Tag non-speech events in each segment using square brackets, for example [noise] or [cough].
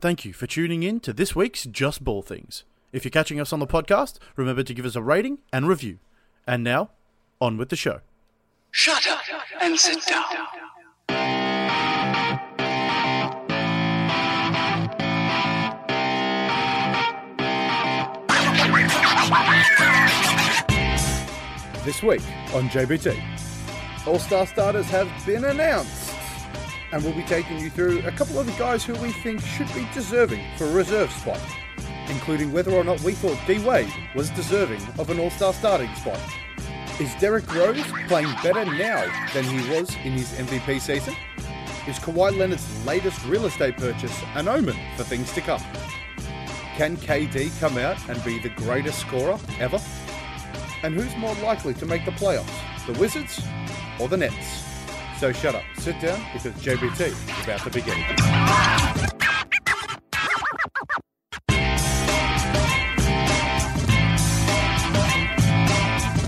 Thank you for tuning in to this week's Just Ball Things. If you're catching us on the podcast, remember to give us a rating and review. And now, on with the show. Shut up and sit down. This week on JBT, All Star starters have been announced, and we'll be taking you through a couple of the guys who we think should be deserving for a reserve spot, including whether or not we thought D Wade was deserving of an All Star starting spot. Is Derek Rose playing better now than he was in his MVP season? Is Kawhi Leonard's latest real estate purchase an omen for things to come? Can KD come out and be the greatest scorer ever? And who's more likely to make the playoffs, the Wizards or the Nets? So shut up, sit down, because JBT is about to begin.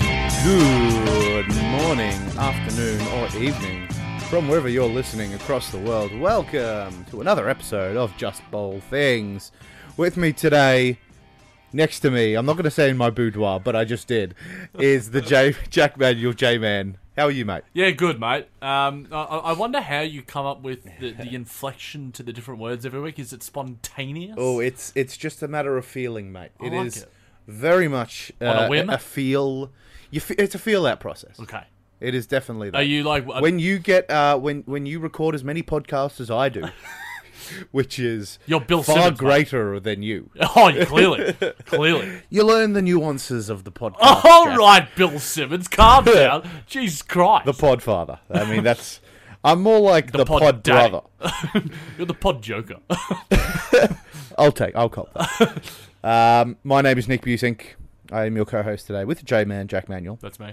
Good morning, afternoon, or evening. From wherever you're listening across the world, welcome to another episode of Just Bowl Things. With me today, next to me, I'm not going to say in my boudoir, but I just did, is the J- Jack Manuel J Man. How are you, mate? Yeah, good, mate. Um, I, I wonder how you come up with the, [laughs] the inflection to the different words every week. Is it spontaneous? Oh, it's it's just a matter of feeling, mate. It is like it. very much uh, a whim? feel. You fe it's a feel out process. okay. It is definitely that. Are you like when you get uh, when when you record as many podcasts as I [laughs] do, which is You're Bill far Simmons, mate. greater than you. [laughs] [laughs] Oh, clearly, clearly. You learn the nuances of the podcast. All Jack. right, Bill [laughs] Simmons, calm down. Jesus Christ, the Podfather. I mean, that's I'm more like the, pod, dad. brother. You're the pod joker. [laughs] I'll take. I'll cop that. um, my name is Nick Busink. I am your co-host today with J Man Jack Manuel. That's me.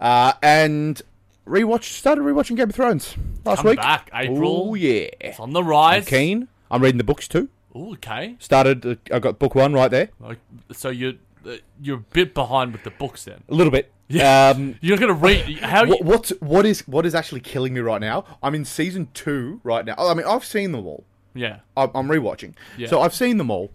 Uh, and rewatched started rewatching Game of Thrones last Come week. back, April. Oh yeah. It's on the rise. Keen. I'm reading the books too. Ooh, okay. Started. Uh, I got book one right there. Like, so you're uh, you're a bit behind with the books then. A little bit. Yeah. [laughs] Um, You're gonna read how? what, you, what's what is what is actually killing me right now? I'm in season two right now. Oh, I mean, I've seen them all. yeah. I'm, I'm rewatching. Yeah. So I've seen them all.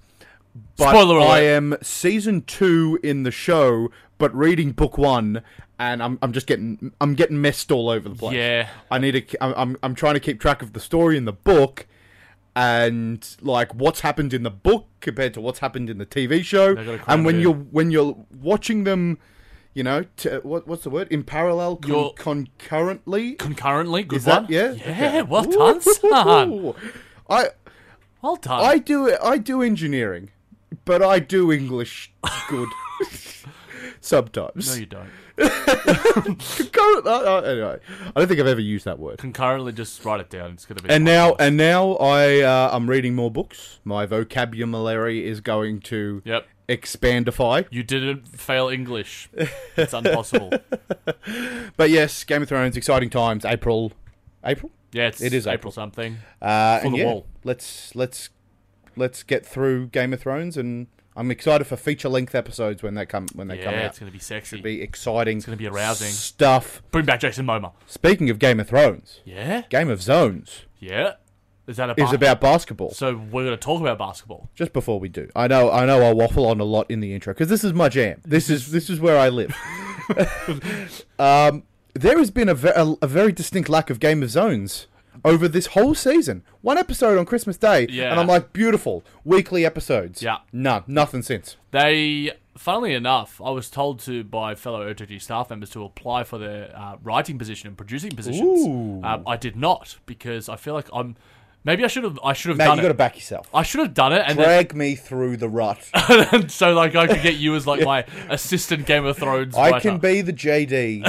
But Spoiler alert. I am season two in the show, but reading book one, and I'm, I'm just getting I'm getting messed all over the place. Yeah. I need to. ke- I'm, I'm I'm trying to keep track of the story in the book, and like what's happened in the book compared to what's happened in the TV show. They gotta And cram it when in. you're when you're watching them, you know, to, what what's the word in parallel con- You're- concurrently. Concurrently, good Is that one. yeah? yeah. Okay. Well Ooh, done, son. ooh. I Well done. I do I do engineering, but I do English [laughs] good no, sometimes. you don't. Concurrent- uh, uh, anyway, I don't think I've ever used that word. Concurrently, just write it down. It's gonna be. And now and now I uh, I'm reading more books. My vocabulary is going to Yep. expandify. You didn't fail English. [laughs] It's impossible. But yes, Game of Thrones, exciting times. April, April. Yeah, it's It is April, April. something. Uh, For and the yeah, wall. Let's let's let's get through Game of Thrones, and I'm excited for feature length episodes when they come when they come Yeah, out. it's gonna be sexy. be exciting. It's gonna be arousing. stuff. Bring back Jason Momoa. Speaking of Game of Thrones, Yeah, Game of Zones yeah. Is that a? is bas- about basketball. So we're gonna talk about basketball. Just before we do, I know I know I waffle on a lot in the intro because this is my jam. This is this is where I [laughs] live. um, there has been a, ve- a, a very distinct lack of Game of Zones over this whole season. One episode on Christmas Day, Yeah. and I'm like, beautiful weekly episodes. Yeah. no, nothing since. They, funnily enough, I was told to by fellow OTG staff members to apply for their uh, writing position and producing positions. Ooh. Um, I did not because I feel like I'm. Maybe I should have. I should have Matt, done you got to it. back yourself. I should have done it, and then Drag me through the [laughs] rut. and so like I could get you [laughs] as like my assistant Game of Thrones. I writer. can be the [laughs] JD.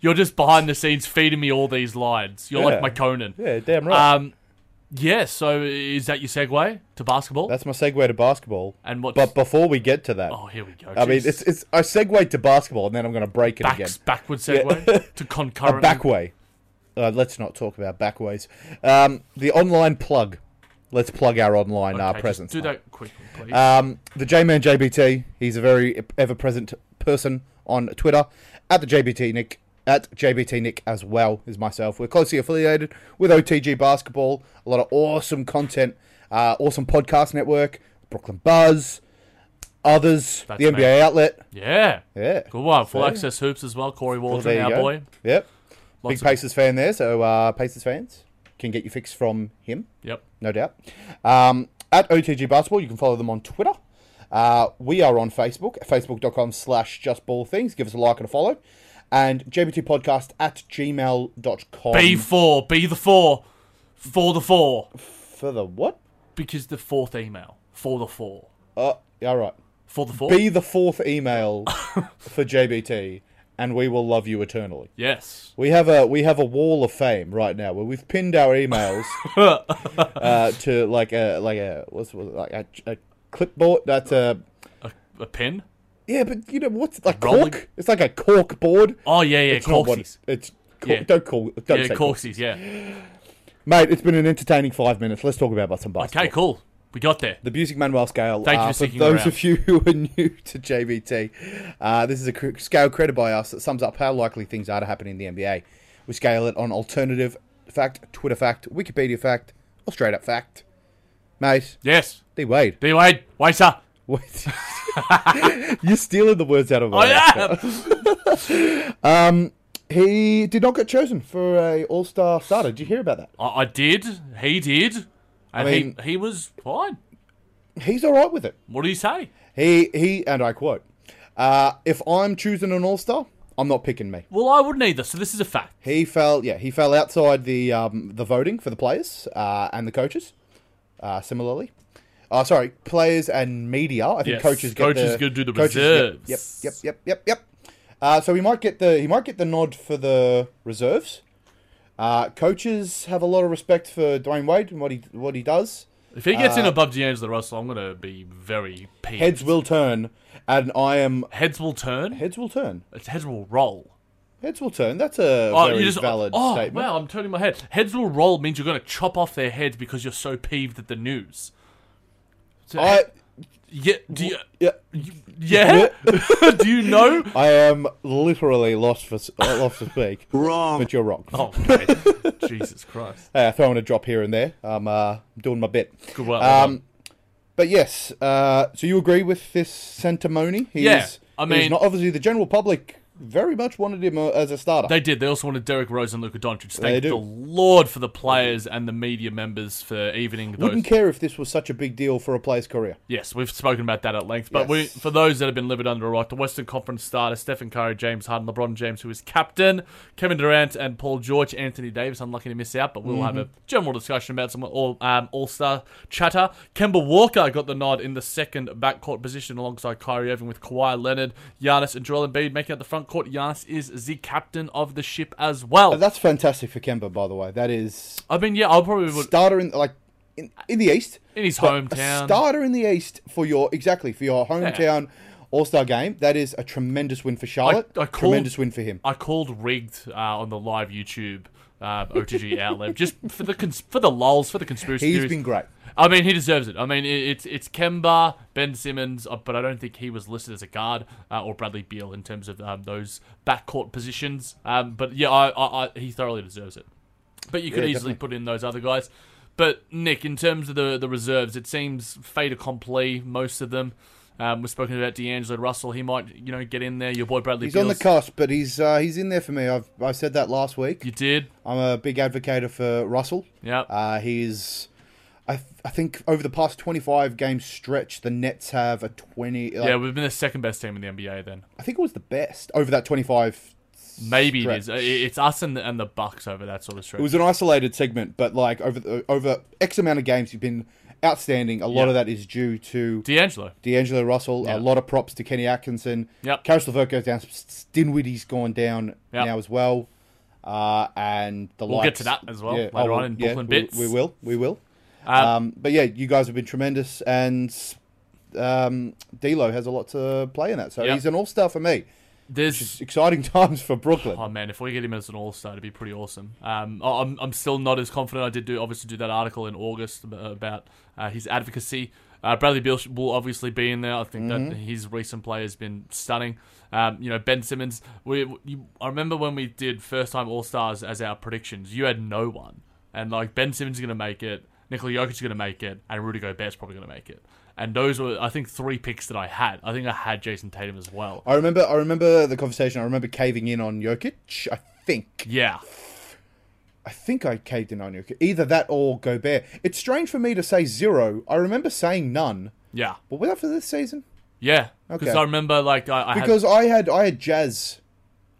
You're just behind the scenes feeding me all these lines. You're Yeah. like my Conan. yeah, damn right. Um, yeah. So is that your segue to basketball? That's my segue to basketball. And what's- But before we get to that, oh, here we go. I mean, Jeez. it's it's I segue to basketball, and then I'm going to break it Backs- again. backward [laughs] segue to concurrent. Back way. Uh, let's not talk about back ways. Um, the online plug. Let's plug our online Okay, uh, just presence. Do mate. that quickly, please. Um, the J Man JBT. He's a very ever present person on Twitter at the JBT Nick. At JBT Nick as well as myself. We're closely affiliated with OTG Basketball. A lot of awesome content uh, Awesome Podcast Network, Brooklyn Buzz, others, That's the NBA Outlet. Yeah. Yeah. Good one. Full Yeah. access hoops as well. Corey Well, Waldron, there you our go. boy. Yep. Lots Big of- Pacers fan there, so uh, Pacers fans can get your fix from him, Yep. no doubt. Um, at OTG Basketball, you can follow them on Twitter. Uh, we are on Facebook, facebook.com slash justballthings. Give us a like and a follow. And jbtpodcast at gmail.com. Be four. Be the four. For the four. for the what? Because the fourth email. For the four. Uh, all right. For the four. Be the fourth email [laughs] for JBT, and we will love you eternally. yes. We have a we have a wall of fame right now where we've pinned our [laughs] emails uh, to like a like a what's what's- like a, a clipboard. That's a A, a pin? yeah, but you know what's like Rolling- cork? It's like a cork board. Oh, yeah, yeah. it's not what Corksies. it's. Cork, Yeah. Don't call. Don't Yeah, say cork. Corksies, yeah. mate. It's been an entertaining five minutes. Let's talk about some basketball. Okay, cool. We got there. The Music Manuel scale. Thank you uh, for sticking those around. of you [laughs] who are new to JBT, uh, this is a cr- scale created by us that sums up how likely things are to happen in the NBA. We scale it on alternative fact, Twitter fact, Wikipedia fact, or straight up fact. Mate, Yes. D Wade. [laughs] D Wade. Waiter. Wait. [laughs] You're stealing the words out of my Oh, mouth. yeah. He did not get chosen for a All Star starter. Did you hear about that? [laughs] I, I did. He did. And mean- he, he was fine. He's all right with it. What do you say? He he, and I quote: uh, "If I'm choosing an All Star, I'm not picking me." Well, I wouldn't either, so this is a fact. He fell, yeah, he fell outside the um, the voting for the players uh, and the coaches. Uh, similarly, uh, sorry, players and media. I think Yes, coaches get coaches the go do the coaches get- reserves. Yep, yep, yep, yep, yep. Uh, so he might get the he might get the nod for the reserves. Uh, coaches have a lot of respect for Dwayne Wade and what he what he does. If he gets in above D'Angelo Russell, I'm going to be very peeved. Uh, Heads will turn, and I am Heads will turn. heads will turn. It's Heads will roll. Heads will turn. That's a Oh, very you just, valid oh, statement. wow, I'm turning my head. Heads will roll means you're going to chop off their heads because you're so peeved at the news. So, I yeah, do you, yeah. [laughs] yeah? [laughs] do you know? I am literally lost for uh, lost to speak. Wrong. but you're wrong. Oh, mate. Jesus Christ. Uh, throwing a drop here and there. I'm uh, doing my bit. Good work. well Um, but yes, uh, so you agree with this sentimony? He's, Yeah, I he's mean- not obviously the general public very much wanted him uh, as a starter. They did. They also wanted Derek Rose and Luka Doncic. Thank do. the Lord for the players and the media members for evening those. Wouldn't care if this was such a big deal for a player's career. Yes, we've spoken about that at length. But we, Yes. for those that have been living under a rock, the Western Conference starter Stephen Curry, James Harden, LeBron James, who is captain, Kevin Durant, and Paul George, Anthony Davis. Unlucky to miss out, but we'll have a general discussion about some all um, All Star chatter. Kemba Walker got the nod in the second backcourt position alongside Kyrie Irving with Kawhi Leonard, Giannis, and Joel Embiid making up the front court. Giannis is the captain of the ship as well. But Uh, that's fantastic for Kemba, by the way. That is I mean, yeah, I probably would starter in like in, in the East. in his But A hometown. starter in the East for your exactly for your hometown All Star game. That is a tremendous win for Charlotte. I called- tremendous win for him. I called rigged uh, on the live YouTube uh, [laughs] OTG outlet just for the cons- for the lulls for the conspiracy He's theories. been great. I mean, he deserves it. I mean, it, it's it's Kemba, Ben Simmons, uh, but I don't think he was listed as a guard uh, or Bradley Beal in terms of um, those backcourt positions. Um, but yeah, I, I, I, he thoroughly deserves it. But you could Yeah, easily definitely. put in those other guys. But Nick, in terms of the the reserves, it seems fait accompli. Most of them. Um, we've spoken about D'Angelo Russell. He might, you know, get in there. Your boy Bradley. He's on the Beal's- cusp, but he's uh, he's in there for me. I've I said that last week. You did. I'm a big advocate for Russell. Yeah. Uh, he's, I, th- I think over the past 25 game stretch, the Nets have a 20. Like, yeah, we've been the second best team in the NBA then. I think it was the best over that 25. Maybe it is. Stretch. It- It's us and the, and the Bucks over that sort of stretch. It was an isolated segment, but like over the, over X amount of games, you've been outstanding. A lot Yeah. of that is due to D'Angelo. D'Angelo Russell. Yeah. A lot of props to Kenny Atkinson. Yep. Karis LeVert goes down. Dinwiddie's gone down Yep. now as well. Uh, and the We'll get likes- to that as well later I will- on in yeah, Brooklyn we- Bits. We, will. We will. Um, Um, but yeah, you guys have been tremendous, and um, D'Lo has a lot to play in that. So Yep. he's an all-star for me. there's. Exciting [laughs] times for Brooklyn. Oh man, if we get him as an All Star, it'd be pretty awesome. Um, I- I'm, I'm still not as confident. I did do obviously do that article in August ab- about uh, his advocacy. Uh, Bradley Beal sh- will obviously be in there. I think that his recent play has been stunning. Um, you know, Ben Simmons. We, you, I remember when we did first time All Stars as our predictions. You had no one, and like Ben Simmons is going to make it. Nikola Jokic is going to make it, and Rudy Gobert's probably going to make it. And those were, I think, three picks that I had. I think I had Jason Tatum as well. I remember. I remember the conversation. I remember caving in on Jokic. I think. Yeah, I think I caved in on Jokic. Either that or Gobert. It's strange for me to say zero. I remember saying none. yeah, But was that for this season? yeah. Because Okay. I remember, like, I, I had- Because I had I had Jazz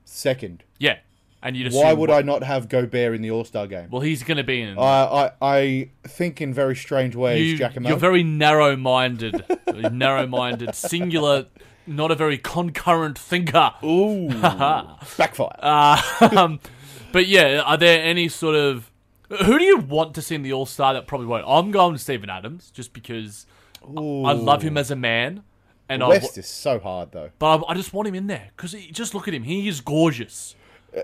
second. yeah, and you just Why would I not have Gobert in the All Star game? Well, he's going to be in. I, I I think in very strange ways, you, Giacomo. are very narrow-minded, [laughs] narrow-minded, singular, not a very concurrent thinker. [laughs] Ooh, backfire. um, but yeah, are there any sort of who do you want to see in the All Star that probably won't? I'm going with Stephen Adams just because I love him as a man, and I, West is so hard though. but I, I just want him in there because just look at him. He is gorgeous,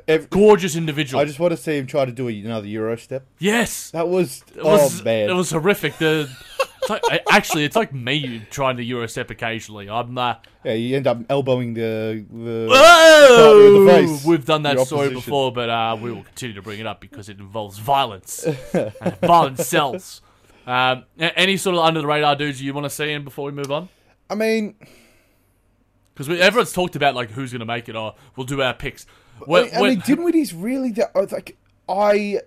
Ev- gorgeous individual. I just want to see him try to do another Euro step. yes, That was, it was oh man. it was horrific. The it's like, I- actually, it's like me trying to Eurostep occasionally. I'm uh, yeah, you end up elbowing the. the Oh, with the face. we've done that The story opposition. before, but uh, we will continue to bring it up because it involves violence. [laughs] and violence sells. Um, a- any sort of under the radar dudes you want to see in before we move on? I mean, Because everyone's talked about like who's going to make it or we'll do our picks. I When, I mean, Dinwiddie's really the I was like I. I-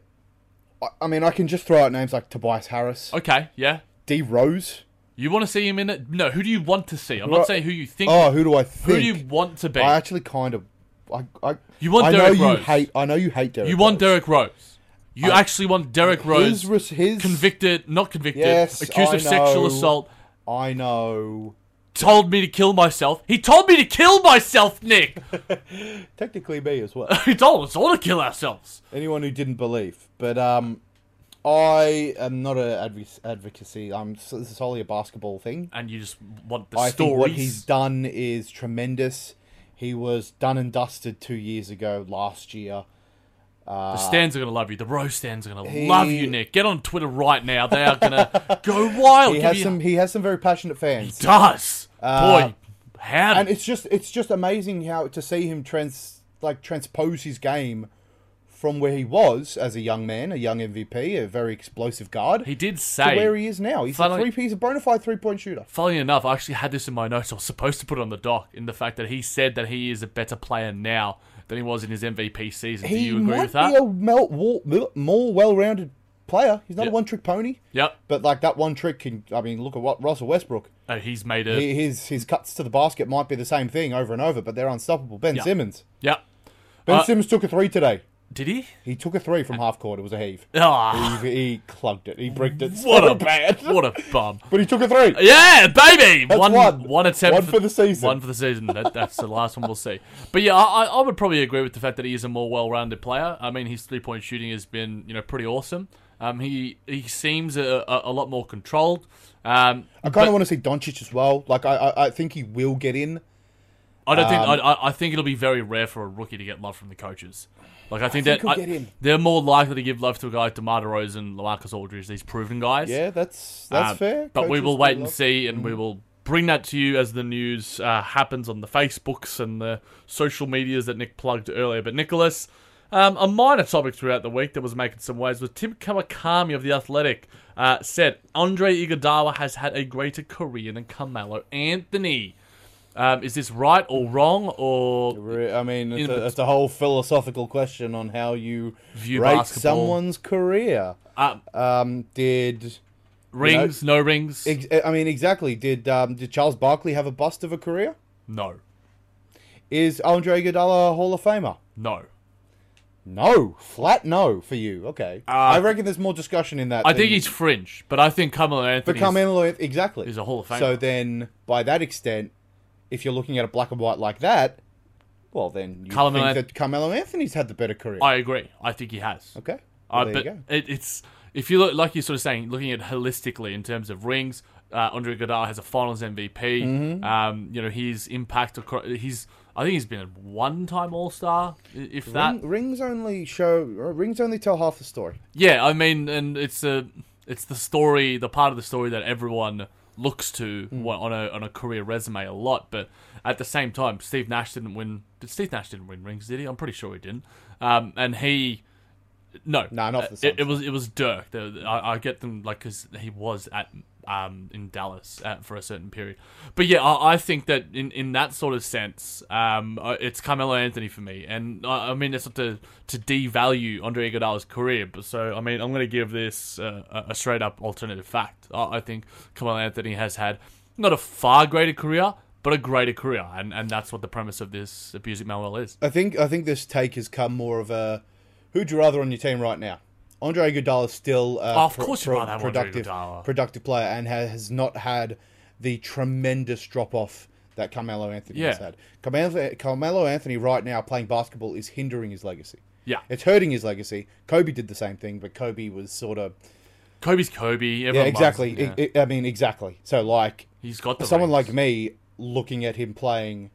I mean, I can just throw out names like Tobias Harris, okay, yeah. D Rose. You want to see him in it? No, who do you want to see? I'm Right. not saying who you think. Oh, who do I think? who do you want to be? I actually kind of. I, I, You want I know Derrick you Rose. hate. I know you hate Derek. you want Derek Rose. You actually want Derek Rose His, res- his convicted, not convicted, Yes, accused I of sexual know. assault. I know. told me to kill myself. He told me to kill myself, Nick. [laughs] Technically, me as well. he told us all to kill ourselves. Anyone who didn't believe, but um, I am not an adv- advocacy. I'm s- this is solely a basketball thing. And you just want the I think what stories. he's done is tremendous. He was done and dusted two years ago, last year. the stands are gonna love you. The row stands are gonna He- love you, Nick. Get on Twitter right now. They are gonna go wild. He Give has you- some. He has some very passionate fans. [laughs] does Uh, boy. How and did- it's just it's just amazing how to see him trans like transpose his game from where he was as a young man, a young MVP, a very explosive guard, he did to where say? he is now. He's a funnily- three he's a bona fide three point shooter. Funnily enough, I actually had this in my notes. I was supposed to put it on the doc in the fact that he said that he is a better player now than he was in his MVP season. Do He you agree might with that? be a mel- wa- mil- more well rounded player. He's not Yeah. a one trick pony. Yep. But like that one trick can I mean, look at what Russell Westbrook. Uh, he's made a He- His his cuts to the basket might be the same thing over and over, but they're unstoppable. Ben Yeah. Simmons. Yep. Ben Uh, Simmons took a three today. Did he? He took a three from half court. It was a heave. Ah. He, he clunked it. He bricked it. [laughs] [laughs] What so a Uh, bad. What a bum. But he took a three. Yeah, baby. one, one. one attempt. One for the season. One for the season. That, that's the last one we'll see. But yeah, I, I I would probably agree with the fact that he is a more well-rounded player. I mean, his three-point shooting has been you know pretty awesome. Um, he he seems a, a, a lot more controlled. Um, I kind of want to see Doncic as well. Like I, I, I think he will get in. I don't Um, think I, I, I think it'll be very rare for a rookie to get love from the coaches. Like I think, think that he'll get in. they're more likely to give love to a guy like DeMar DeRozan, LaMarcus Aldridge, these proven guys. Yeah, that's that's Um, fair. But we Coaches will do wait and love- Mm. see, and we will bring that to you as the news uh, happens on the Facebooks and the social medias that Nick plugged earlier. But Nicholas, um, a minor topic throughout the week that was making some waves was Tim Kawakami of the Athletic uh, said Andre Iguodala has had a greater career than Carmelo Anthony. Um, is this right or wrong or Re- I mean, it's In a, the- it's a whole philosophical question on how you View rate basketball. someone's career. uh, Um, did rings? No rings? ex- I mean exactly? Did um, did Charles Barkley have a bust of a career? no, Is Andre Iguodala a Hall of Famer? no. No, flat no for you. Okay, I reckon there's more discussion in that. Ah. I think than- he's fringe, but I think Carmelo Anthony. Become Emily Lloyd- exactly. is a Hall of So Famer. then, by that extent, if you're looking at a black and white like that, well then you Carmelo think An- that Carmelo Anthony's had the better career. I agree. I think he has. okay, Uh, Well, there but you go. It, it's if you look like you're sort of saying, looking at holistically in terms of rings, uh, Andre Godard has a Finals MVP. Mm-hmm. Um, you know his impact. Across, he's I think he's been a one-time All Star, if that. Ring- rings only show rings only tell half the story. Yeah, I mean, and it's a it's the story, the part of the story that everyone looks to Mm. wha- on a on a career resume a lot. But at the same time, Steve Nash didn't win. Did Steve Nash didn't win rings? Did he? I'm pretty sure he didn't. Um, and he No, Nah, not for the It- It, Suns. was it was Dirk. The- I, I get them like because he was at um in Dallas at, for a certain period. But yeah, I, I think that in, in that sort of sense, um, uh, it's Carmelo Anthony for me. And I, I mean, it's not to to devalue Andre Iguodala's career, but so I mean, I'm going to give this uh, a, a straight up alternative fact. I, I think Carmelo Anthony has had not a far greater career. But a greater career, and, and that's what the premise of this abusing Manuel is. I think I think this take has come more of a who'd you rather on your team right now? Andre Iguodala is still uh, Oh, of course you'd rather have Andre productive Iguodala. productive player and ha- has not had the tremendous drop off that Carmelo Anthony has Yeah. had. Carmelo, Carmelo Anthony right now playing basketball is hindering his legacy. Yeah. It's hurting his legacy. Kobe did the same thing, but Kobe was sort of Kobe's Kobe. Everyone yeah, loves exactly. him, yeah. I- I I mean, exactly. So like He's got the someone rings. like me looking at him playing,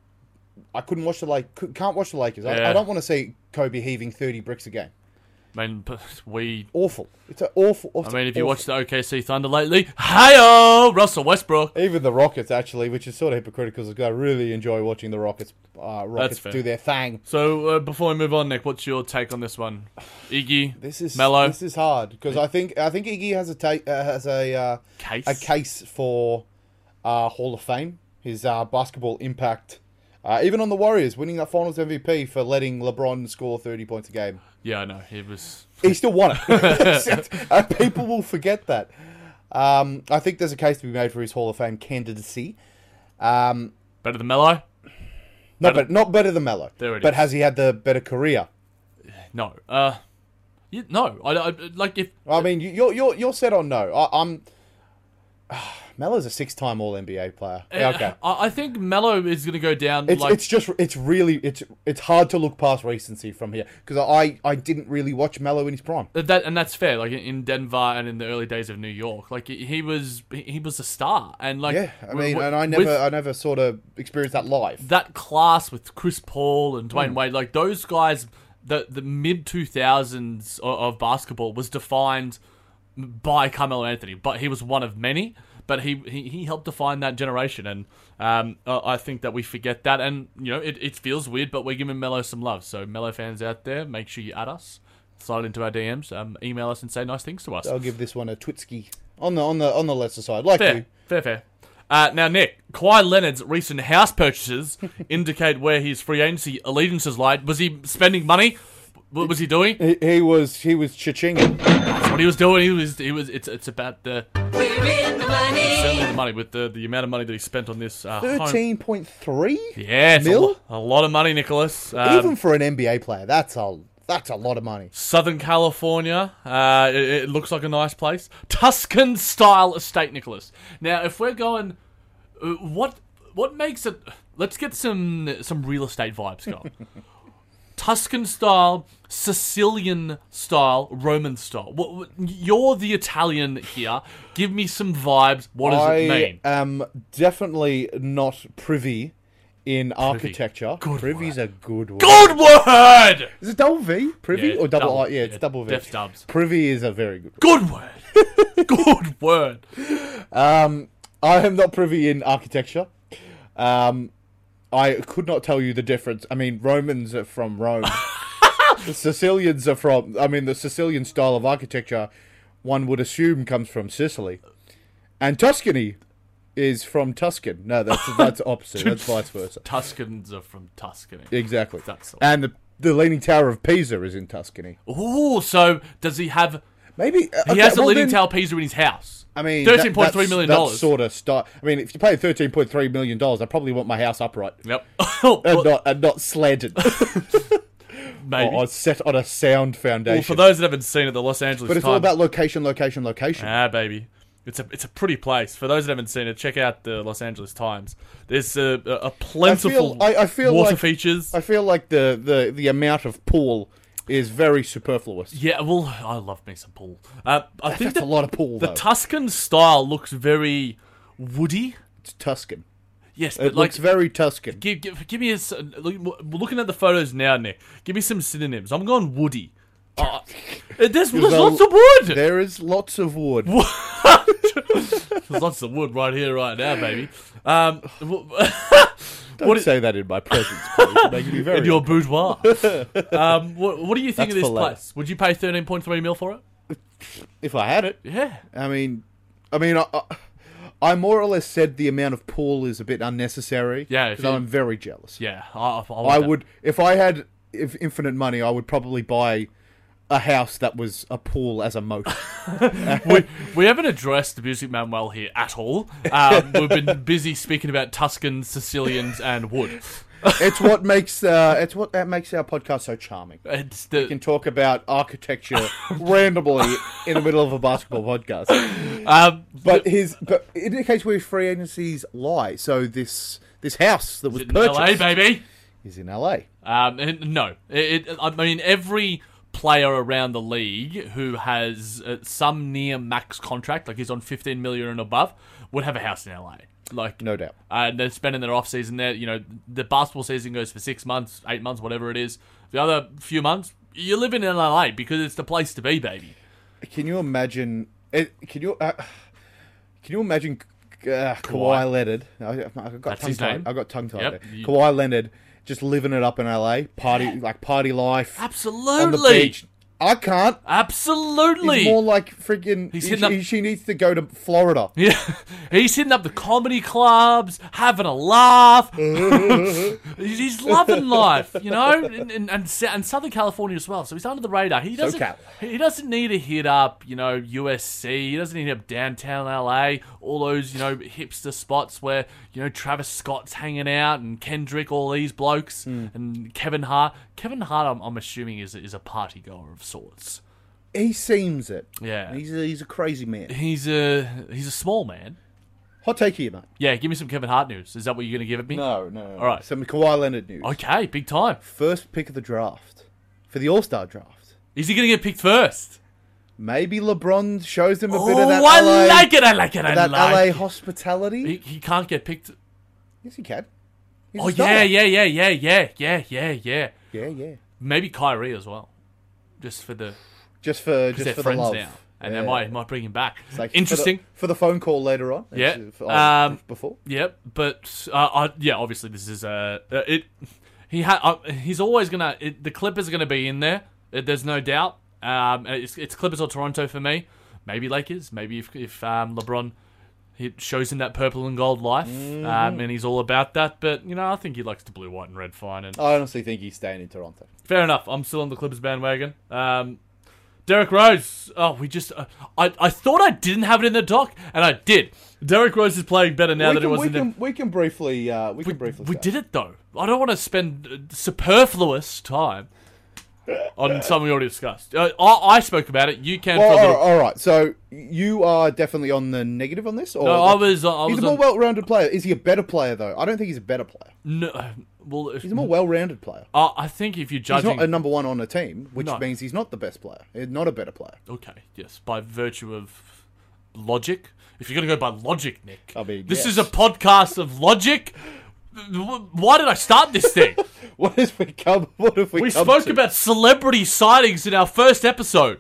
I couldn't watch the like can't watch the Lakers. I, I Yeah. don't want to see Kobe heaving thirty bricks a game. I mean, p- we. Awful. It's an awful. I awful mean, if you awful. watch the OKC Thunder lately, hiyo Russell Westbrook. even the Rockets actually, which is sort of hypocritical, because I really enjoy watching the Rockets. Uh, Rockets fair. do their thing. So uh, before we move on, Nick, what's your take on this one? Iggy, This is Mello. This is hard because I think I think Iggy has a ta- uh, has a uh, Case. a case for uh, Hall of Fame. His uh, basketball impact, uh, even on the Warriors, winning that Finals MVP for letting LeBron score thirty points a game. yeah, I know he was. he still [laughs] won it. and people will forget that. Um, I think there's a case to be made for his Hall of Fame candidacy. Um, Better than Mello? not, Better- better, not better than Mello, There it but is. has he had the better career? No. Uh, you, no. I, I like if I mean, you- you're you're you're set on no. I, I'm. [sighs] Mello's a six-time All NBA player. Yeah, okay, Eh, I, I think Mello is going to go down. it's like it's just it's really it's it's hard to look past recency from here because I I didn't really watch Mello in his prime. uh, that and that's fair like in- in denver and in the early days of new york like he- he was he he was a star and like Yeah, I wi- mean, wi- and I never with I never sort of experienced that live. that class with chris paul and dwayne wade like those guys the the mid 2000s of, of basketball was defined by carmelo anthony but he was one of many but he, he, he helped define that generation, and um, I I think that we forget that. And, you know, it, it feels weird, but we're giving Mello some love. So, Mello fans out there, make sure you add us, slide into our DMs, um, email us, and say nice things to us. I'll give this one a twitsky on the on the on the lesser side, like you. Fair, fair, fair. Uh, now, Nick, Kawhi Leonard's recent house purchases [laughs] indicate where his free agency allegiances lie. Was he spending money? What was he doing? He, he was he was cha-ching. That's what he was doing. He was. He was. It's. It's about the. Certainly the money with the, the amount of money that he spent on this. Uh, home. Thirteen point three. Yeah, it's a, Mil? lo- a lot of money, Nicholas. Um, Even for an NBA player, that's a that's a lot of money. Southern California. Uh, it, it looks like a nice place. Tuscan style estate, Nicholas. Now, if we're going, uh, what what makes it? Let's get some some real estate vibes going. [laughs] Tuscan style, Sicilian style, Roman style. What, what- you're the Italian here. Give me some vibes. What does I it mean? am definitely not privy in architecture. Good Privy's a good word. Good word. Is it double V? Privy Yeah, or double, double- I? Yeah, it's yeah, double V. def dubs. Privy is a very good word. Good word. Good word. Um, I am not privy in architecture. Um, I could not tell you the difference. I mean, Romans are from [laughs] Rome. the Sicilians are from. I mean, the Sicilian style of architecture, one would assume, comes from Sicily, and Tuscany is from Tuscan. No, [laughs] that's that's opposite. that's vice versa. Tuscans are from Tuscany. Exactly. That's the- and the the Leaning Tower of Pisa is in Tuscany. Ooh, so does he have? Maybe He has a leading tower pizza in his house. I mean, that- thirteen point three that's- million that dollars. Sort of style. I mean, if you pay thirteen point three million dollars, I probably want my house upright. Yep. [laughs] Oh, and Well, not and not [laughs] slanted maybe. or, or set on a sound foundation. Well, for those that haven't seen it, the Los Angeles. but it's all Times- about location, location, location. ah, baby. It's a it's a pretty place. For those that haven't seen it, check out the Los Angeles Times. There's a, a, a plentiful I- I feel water like- features. I feel like the, the the amount of pool is very superfluous. yeah, well, I love me some pool. Uh, I think That's a that lot of pool. the though. Tuscan style looks very woody. it's Tuscan. Yes, but It like looks very Tuscan. Give, give, give me a. s- look- we're Looking at the photos now, Nick. Give me some synonyms. I'm going woody. Uh, there's there's a- lots of wood. There is lots of wood. [laughs] There's lots of wood right here, right now, baby. Um, w- Don't What i- say that in my presence, please. You're Making me [laughs] very. in your boudoir. um, what, what do you That's think of this for later. place? Would you pay thirteen point three mil for it? if I had it, Yeah. I mean, I mean, I, I, I more or less said the amount of pool is a bit unnecessary. Yeah, if because you- I'm very jealous. Yeah, I, I, want I that. would if I had if infinite money, I would probably buy a house that was a pool as a [laughs] moat. we, we haven't addressed the Music Man well here at all. Um, [laughs] we've been busy speaking about Tuscans, Sicilians, [laughs] and wood. it's what makes uh, it's what that makes our podcast so charming. We It's the, can talk about [laughs] architecture randomly in the middle of a basketball podcast. um, But his but it indicates where free agencies lie. So this this house that was in LA, purchased baby. is in LA. Um, and no, it, it, I mean every player around the league who has uh, some near max contract, like he's on 15 million and above, would have a house in LA. Like No doubt. Uh, and they're spending their off season there. You know, the basketball season goes for six months, eight months, whatever it is. The other few months, you're living in LA because it's the place to be, baby. Can you imagine? It, can you uh, can you imagine uh, Kawhi, Kawhi. Leonard? I, I got That's tongue his tied. name. I got tongue tied. Yep. there. Kawhi Leonard just living it up in LA, party like party life on the Absolutely, beach. I can't. absolutely. He's more like freaking. He's he- hitting up- he- she needs to go to Florida. Yeah, [laughs] he's hitting up the comedy clubs, having a laugh. he's he's loving life, you know, and, and, and, Sou- and Southern California as well. So he's under the radar. He doesn't. SoCal. He doesn't need to hit up, you know, USC. He doesn't need to hit up downtown LA. All those, you know, hipster spots where you know Travis Scott's hanging out and Kendrick, all these blokes, and Kevin Hart. Kevin Hart, I'm, I'm assuming, is is a party goer of sorts. He seems it. Yeah. He's a, he's a crazy man. He's a he's a small man. Hot take here, mate. Yeah, give me some Kevin Hart news. Is that what you're going to give it me? No, no. no. All right. Some Kawhi Leonard news. Okay, big time. First pick of the draft for the All Star draft. Is he going to get picked first? Maybe LeBron shows him a bit Oh, of that I LA. like it. I like it. I that like LA hospitality. He, he can't get picked. yes, he can. He's Oh a star. yeah, yeah, yeah, yeah, yeah, yeah, yeah, yeah. yeah, yeah. Maybe Kyrie as well, just for the Just for just because they're for the friends love, now, and Yeah. they might might bring him back. It's like for the- Interesting. for the, phone call later on. Yeah. Actually, for- uh, Um, before Yep, but uh, I, yeah, obviously this is uh, uh, it. He ha- uh, he's always gonna it, the Clippers are gonna be in there. Uh, there's no doubt. Um, it's, it's Clippers or Toronto for me. Maybe Lakers. Maybe if if um, LeBron he shows him that purple and gold life, Mm-hmm. um, and he's all about that. But you know, I think he likes the blue, white, and red fine. And I honestly think he's staying in Toronto. fair enough. I'm still on the Clippers bandwagon. Um, Derek Rose. Oh, we just. Uh, I I thought I didn't have it in the doc, and I did. Derek Rose is playing better now we, than it can, was we, in the can, we can briefly uh, we, we, can briefly we say. did it though. I don't want to spend uh, superfluous time [laughs] on something we already discussed. Uh, I, I spoke about it. You can. Well, oh, for a all little- right, all right. So you are definitely on the negative on this, or No, I was. uh, I oh, he's a was. more on- well-rounded player. Is he a better player though? I don't think he's a better player. no, uh, well, if- He's a more well-rounded player. uh, Mm-hmm. I think if you're He's judging, not a number one on a team, which No. means he's not the best player. He's Not a better player. okay, yes, by virtue of logic. If you're gonna go by logic, Nick, I mean, this yes. is a podcast of logic. Wh- Why did I start this thing? [laughs] What has we come? What have we? We come spoke to? about celebrity sightings in our first episode.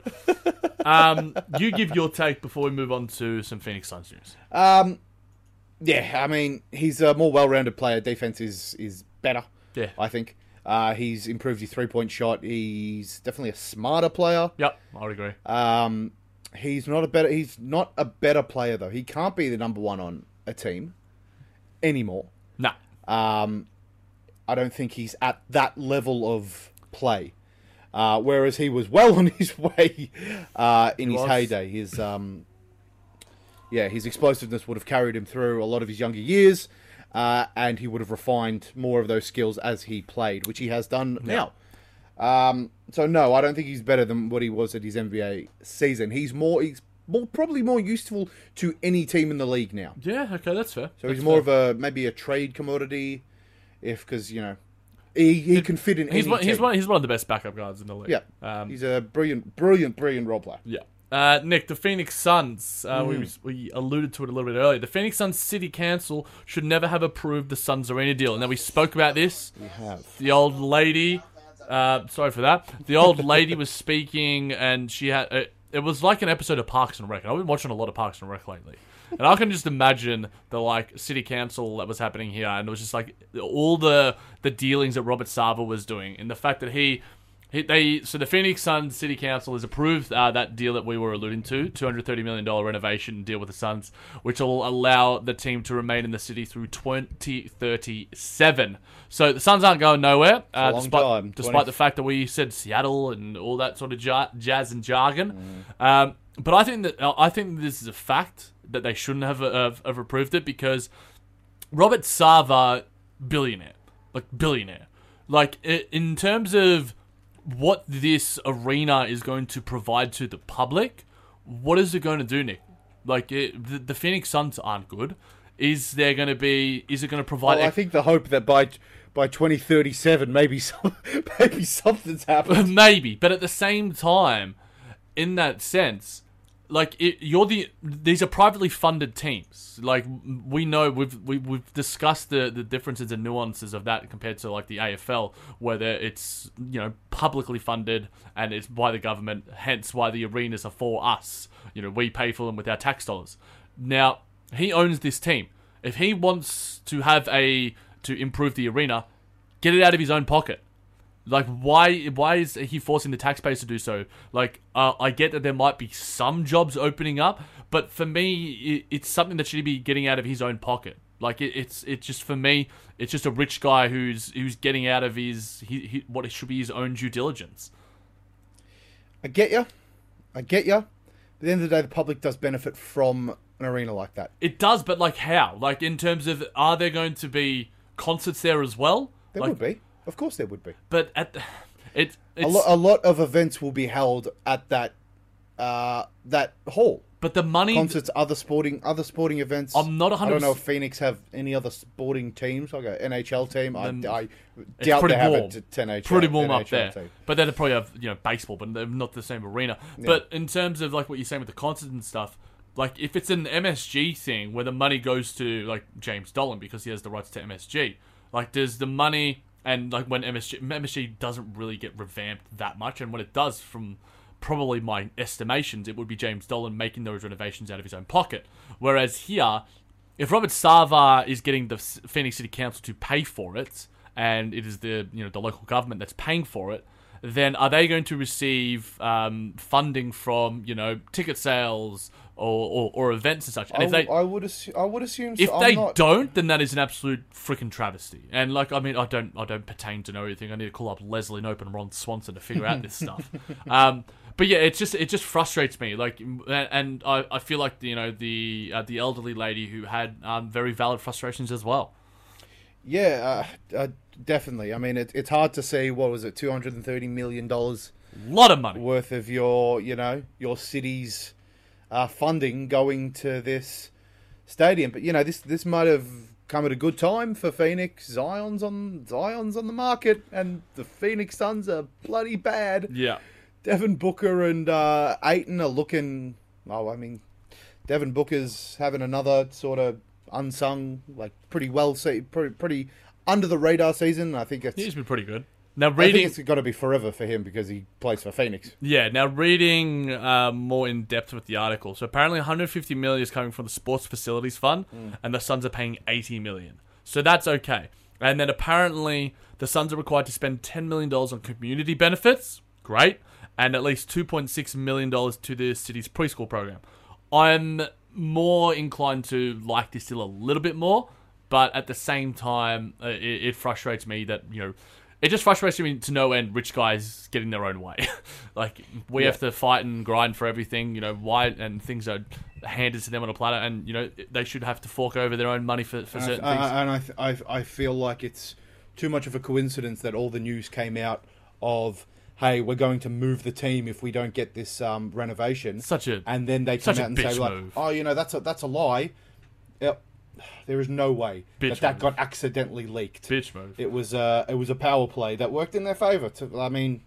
um, you give your take before we move on to some Phoenix Suns news. Um, yeah, I mean, he's a more well-rounded player. Defense is is better. Yeah. I think uh, he's improved his three-point shot. He's definitely a smarter player. Yep, I would agree. Um, he's not a better. He's not a better player though. He can't be the number one on a team anymore. nah. Um, I don't think he's at that level of play. Uh, whereas he was well [laughs] on his way uh, in his was. heyday. His um, yeah, his explosiveness would have carried him through a lot of his younger years, uh, and he would have refined more of those skills as he played, which he has done now. Um, so no, I don't think he's better than what he was at his NBA season. He's more he's more probably more useful to any team in the league now. Yeah, okay, that's fair. So he's more of a maybe a trade commodity, if because you know he, he can fit in. He's any one, he's team. one he's one of the best backup guards in the league. Yeah, Um, he's a brilliant, brilliant, brilliant role player. yeah. Uh, Nick, the Phoenix Suns. Uh, Mm. we, we alluded to it a little bit earlier. The Phoenix Suns City Council should never have approved the Suns Arena deal. And then we spoke about this. We have. The old lady. Uh, sorry for that. The old lady was uh, speaking, and she had. It, it was like an episode of Parks and Rec. I've been watching a lot of Parks and Rec lately. And I can just imagine the like city council that was happening here, and it was just like all the the dealings that Robert Sava was doing, and the fact that he. He, they so the Phoenix Suns City Council has approved uh, that deal that we were alluding to, two hundred thirty million dollar renovation deal with the Suns, which will allow the team to remain in the city through twenty thirty seven. So the Suns aren't going nowhere, uh, long despite time. despite 20 the fact that we said Seattle and all that sort of ja- jazz and jargon. Mm. Um, but I think that I think this is a fact that they shouldn't have have, have approved it because Robert Sava, billionaire, like billionaire, like i- in terms of what this arena is going to provide to the public, what is it going to do, Nick? Like it, the, the Phoenix Suns aren't good. Is there going to be? Is it going to provide? Well, I ex- think the hope that by by 2037 maybe some, [laughs] maybe something's happened. [laughs] maybe, but at the same time, in that sense, like it, you're the these are privately funded teams. Like we know we've we, we've discussed the the differences and nuances of that compared to like the AFL, whether it's you know publicly funded and it's by the government. Hence, why the arenas are for us. You know, we pay for them with our tax dollars. Now he owns this team. If he wants to have a to improve the arena, get it out of his own pocket. Like, why? Why is he forcing the taxpayers to do so? Like, uh, I get that there might be some jobs opening up, but for me, i it's something that should be getting out of his own pocket. Like, it, it's it's just for me, it's just a rich guy who's who's getting out of his, his, his what should be his own due diligence. I get you. I get you. But at the end of the day, the public does benefit from an arena like that. It does, but like how? Like in terms of are there going to be concerts there as well? There like, would be. Of course, there would be. but at the- it it's, A, lo- a lot of events will be held at that uh, that hall. but the money Concerts, other sporting, other sporting events. I'm not I don't know if 100% Phoenix have any other sporting teams. Like an NHL team. I, Um, I It's doubt pretty they have warm. a t- 10 NHL pretty warm up NHL there. team. But they'd probably have you know baseball, but they're not the same arena. But in terms of like what you're saying with the concerts and stuff, like if it's an MSG thing where the money goes to like James Dolan because he has the rights to MSG, like does the money and like when MSG MSG doesn't really get revamped that much, and when it does from probably my estimations, it would be James Dolan making those renovations out of his own pocket. Whereas here, if Robert Sava is getting the S- Phoenix City Council to pay for it, and it is the you know the local government that's paying for it, then are they going to receive um, funding from you know ticket sales or, or, or events and such? And I, if they w- I would assume. I would assume. if so. they I'm not, don't, then that is an absolute freaking travesty. And like, I mean, I don't, I don't pertain to know anything. I need to call up Leslie Nope and Ron Swanson to figure [laughs] out this stuff. Um, but yeah, it's just, it just frustrates me. Like, and, and I, I feel like you know the uh, the elderly lady who had um, very valid frustrations as well. Yeah, uh, uh, definitely. I mean, it, it's hard to see what was it, two hundred and thirty million dollars lot of money. worth of your, you know, your city's uh, funding going to this stadium. But you know, this this might have come at a good time for Phoenix. Zion's on Zion's on the market, and the Phoenix Suns are bloody bad. Yeah. Devin Booker and uh, Aiton are looking. Oh, I mean, Devin Booker's having another sort of unsung, like pretty well, se- pretty, pretty under the radar season. I think it's. He's been pretty good. Now I think reading, it's got to be forever for him because he plays for Phoenix. yeah. Now reading uh, more in depth with the article. So apparently, 150 million is coming from the sports facilities fund, and the Suns are paying 80 million. So that's okay. And then apparently, the Suns are required to spend 10 million dollars on community benefits. Great, and at least 2.6 million dollars to the city's preschool program. I'm more inclined to like this deal a little bit more, but at the same time, uh, it, it frustrates me that you know, it just frustrates me to no end. Rich guys getting their own way, [laughs] like we have to fight and grind for everything. You know why? And things are handed to them on a platter, and you know they should have to fork over their own money for, for certain things. and I, th- I, I feel like it's too much of a coincidence that all the news came out of, hey, we're going to move the team if we don't get this um, renovation. Such a- and then they come such a out and say bitch like, move. oh, you know, that's a that's a lie. Yep. There is no way Bitch that that move. got accidentally leaked. Bitch move. It was uh, it was a power play that worked in their favor. To, I mean,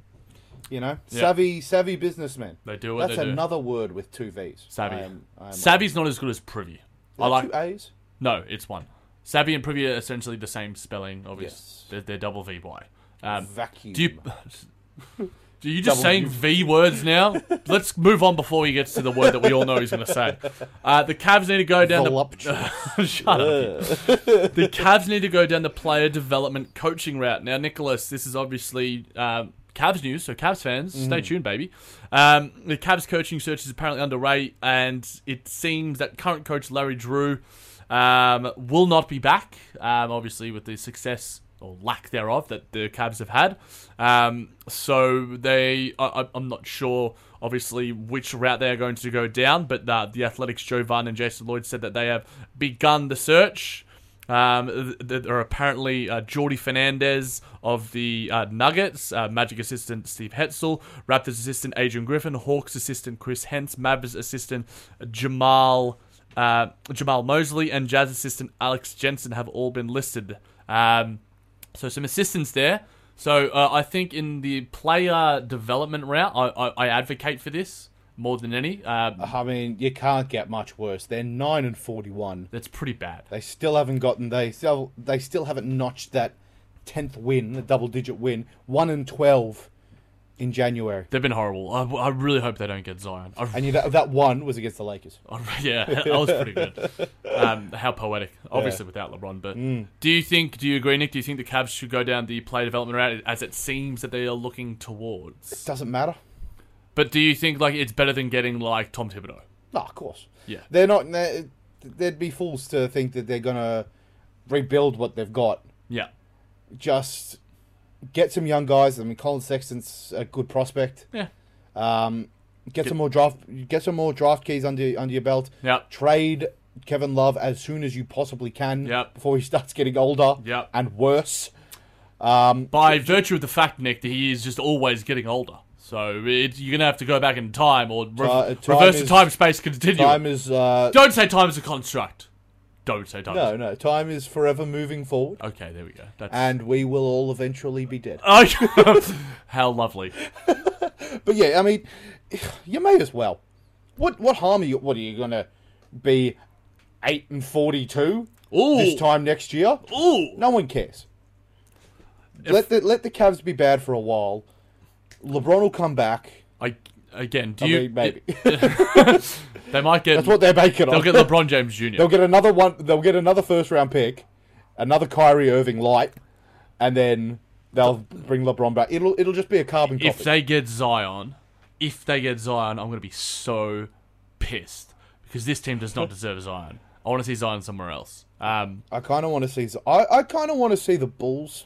you know, Yeah. savvy savvy businessmen. They do what that's they do. another word with two V's. Savvy. I am- I am- Savvy's not as good as privy. Is I that like two A's. No, it's one. Savvy and Privy are essentially the same spelling. Obviously, Yes. they're, they're double VY. Um, Vacuum. do you [laughs] Are you just Double saying U. V words now? Let's move on before he gets to the word that we all know he's going to say. Uh, the Cavs need to go down Voluptuous. the. [laughs] Shut up. the Cavs need to go down the player development coaching route. Now, Nicholas, this is obviously um, Cavs news, so Cavs fans, stay tuned, baby. Um, the Cavs coaching search is apparently underway, and it seems that current coach Larry Drew um, will not be back, um, obviously, with the success or lack thereof that the Cavs have had. Um, so they, I, I- I'm not sure, obviously, which route they are going to go down, but uh, the Athletics Joe Vaughn and Jason Lloyd said that they have begun the search. Um, th- th- there are apparently uh, Jordy Fernandez of the uh, Nuggets, uh, Magic assistant Steve Hetzel, Raptors assistant Adrian Griffin, Hawks assistant Chris Hentz, Mavs assistant Jamal uh, Jamal Mosley, and Jazz assistant Alex Jensen have all been listed. Um, so some assistance there. So uh, I think in the player development route, I, I, I advocate for this more than any. Um, I mean, you can't get much worse. They're nine and forty-one. that's pretty bad. They still haven't gotten. They still. They still haven't notched that tenth win, the double-digit win. One and twelve in January, They've been horrible. I, I really hope they don't get Zion. I and you, that, that one was against the Lakers. Oh. [laughs] yeah, that was pretty good. Um, how poetic, obviously without LeBron. But Mm. do you think? Do you agree, Nick? Do you think the Cavs should go down the player development route as it seems that they are looking towards? Doesn't matter. But do you think like it's better than getting like Tom Thibodeau? No, of course. Yeah. They're not. They're, they'd be fools to think that they're gonna rebuild what they've got. Yeah, Just get some young guys. I mean, Colin Sexton's a good prospect. yeah, Um, get, some more draft. Get some more draft keys under under your belt. Yep. Trade Kevin Love as soon as you possibly can. Yep. Before he starts getting older. Yep. And worse. by virtue of the fact, Nick, that he is just always getting older. So it, you're gonna have to go back in time or Ti- re- time reverse the is- time space continuum. Time is. Uh, Don't say time is a construct. Don't say time. no, Is- no. Time is forever moving forward, okay, there we go. That's. [laughs] and we will all eventually be dead. How lovely. But yeah, I mean, [sighs] you may as well. What what harm are you? What are you gonna be? Eight and forty-two Ooh. this time next year. Ooh. No one cares. let the let the Cavs be bad for a while. LeBron will come back. I again, do I you? mean, maybe [laughs] They might get. that's what they're banking they'll on. [laughs] get LeBron James junior they'll get another one. They'll get another first round pick, another Kyrie Irving light, and then they'll bring LeBron back. It'll it'll just be a carbon copy. If they get Zion, if they get Zion, I'm gonna be so pissed because this team does not deserve Zion. I want to see Zion somewhere else. Um, I kind of want to see. I, I kind of want to see the Bulls.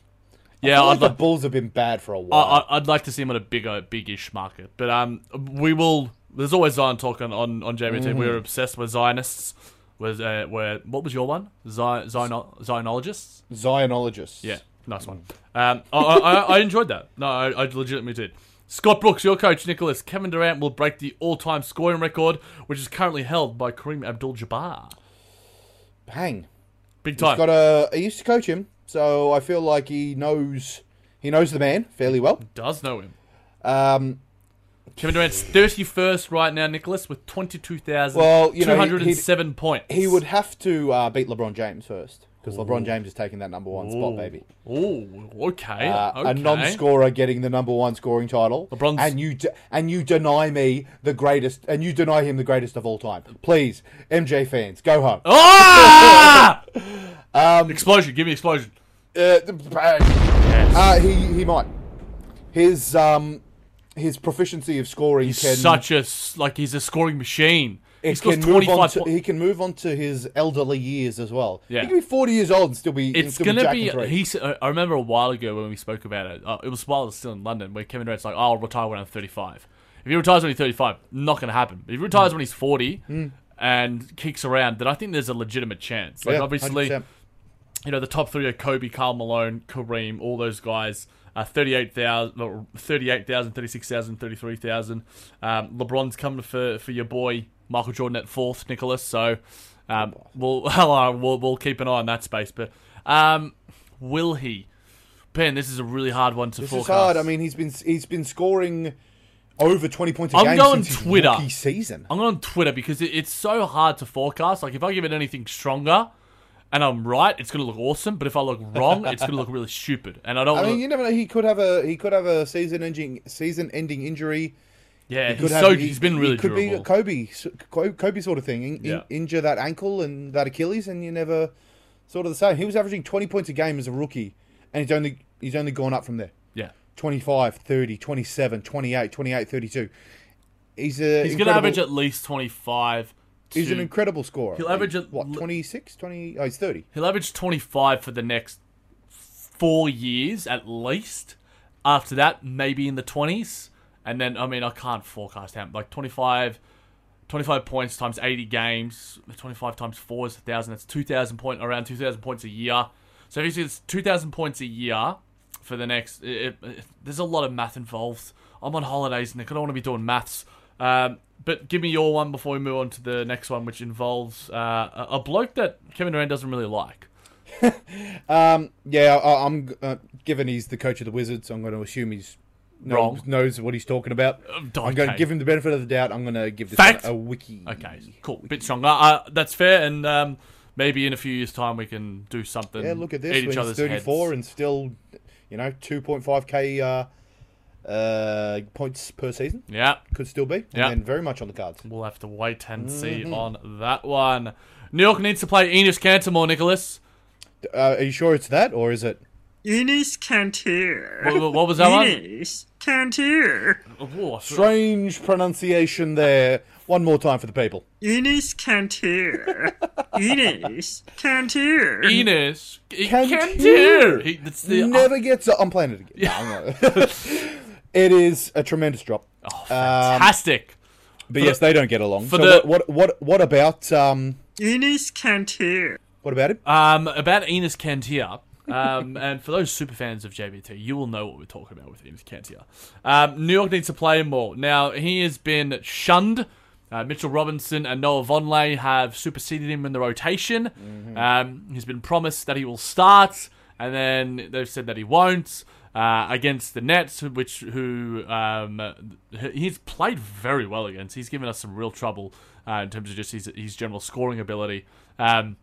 I yeah, feel like I'd, the like. Bulls have been bad for a I, while. I- I'd like to see him on a bigger, biggish market. But um, we will. There's always Zion talk on on, on JBT. Mm-hmm. We're obsessed with Zionists. Was uh, where? What was your one? Zion, Zion, Zionologists. Zionologists. Yeah, nice one. Um, I, I, I- I enjoyed that. No, I, I legitimately did. Scott Brooks, your coach, Nicholas. Kevin Durant will break the all-time scoring record, which is currently held by Kareem Abdul-Jabbar. Bang. Big He's time. got a. I used to coach him, so I feel like he knows. He knows the man fairly well. Does know him. Um, Kevin Durant's 31st right now, Nicholas, with 22,207 Well, you know, he- points. he would have to uh, beat LeBron James first because LeBron James is taking that number one spot, baby. Ooh, okay. Uh, okay. A non-scorer getting the number one scoring title, LeBron's- and you de- and you deny me the greatest, and you deny him the greatest of all time. Please, MJ fans, go home. Oh. [laughs] Ah! Um, explosion. Give me explosion. Uh, bang. Uh, he he might. His um his proficiency of scoring He's can such a s- like he's a scoring machine. He it scores can move 25 on to, points. he can move on to his elderly years as well. Yeah. He can be forty years old and still be. It's still gonna jacking be. threes. He's. uh, I remember a while ago when we spoke about it. Uh, it was while I was still in London, where Kevin Durant's like, "Oh, "I'll retire when I'm 35." If he retires when he's 35, not gonna happen. If he retires when he's 40 and kicks around, then I think there's a legitimate chance. Like Yeah, obviously, 100%. you know, the top three are Kobe, Carl Malone, Kareem, all those guys. Uh, 38,000, or 38,000, 36,000, 33,000. Um, LeBron's coming for, for your boy Michael Jordan at fourth, Nicholas. So um, we'll, [laughs] well, uh, we'll we'll keep an eye on that space. But um, will he? Ben, this is a really hard one to This forecast. is hard. I mean, he's been he's been scoring over twenty points a I'm game going since his Twitter. rookie season. I'm on Twitter because it, it's so hard to forecast. Like, if I give it anything stronger, and I'm right, it's going to look awesome. But if I look wrong, it's going to look really stupid. And I don't. I wanna, mean, you never know. He could have a he could have a season ending season ending injury. yeah, Could he's have- so he- he, has been really he could durable. be Kobe, s- Ko- Kobe sort of thing. In, in- Yeah. injure that ankle and that Achilles, and you never sort of the same. He was averaging twenty points a game as a rookie, and he's only he's only gone up from there. yeah, 25, 30, 27, 28, 28, 32. He's a he's going to average incredible- at least 25. To, He's an incredible scorer. He'll average at what le- 26, 20 Oh, he's thirty. He'll average 25 for the next four years at least. After that, maybe in the 20s. And then, I mean, I can't forecast how, like 25, 25 points times 80 games, 25 times 4 is 1,000. That's 2,000 point, around 2,000 points a year. So if he gets 2,000 points a year for the next, it, it- there's a lot of math involved. I'm on holidays, Nick. I don't want to be doing maths. Um, but give me your one before we move on to the next one, which involves uh, a, a bloke that Kevin Durant doesn't really like. Um, yeah, I, I'm g- uh, given he's the coach of the Wizards. I'm going to assume he's knows, Wrong. knows what he's talking about. don't- I'm going to okay. give him the benefit of the doubt. I'm going to give this Fact. one a wiki. Okay, cool. Bit stronger. Uh, that's fair, and um, maybe in a few years' time we can do something. Yeah, look at eat this. each When he's other's 34 heads. and still, you know, 2.5k uh, uh, points per season Yeah, could still be, Yeah. and very much on the cards. we'll have to wait and see on that one. New York needs to play Enos Cantor, Nicholas. Uh, are you sure it's that, or is it? Eunice Cantor. Wha- wha- What was that one? Eunice Cantor. Oh, I thought- Strange pronunciation there. One more time for the people. [laughs] Eunice Cantor. Eunice Cantor. Enos Cantor. Cantor. He- that's the- uh, Never gets. I'm playing it again. No, I'm not. [laughs] it is a tremendous drop. oh, fantastic. But yes, the- they don't get along. for so the- what, what what what about um Eunice Cantor. what about him? Um, about Enos Cantia, um, [laughs] and for those super fans of JBT, you will know what we're talking about with Enos Cantia. Um, New York needs to play him more. Now, he has been shunned. Uh, Mitchell Robinson and Noah Vonleh have superseded him in the rotation. Um, he's been promised that he will start, and then they've said that he won't. Uh, against the Nets, which who um, h- he's played very well against. He's given us some real trouble uh, in terms of just his, his general scoring ability. Um,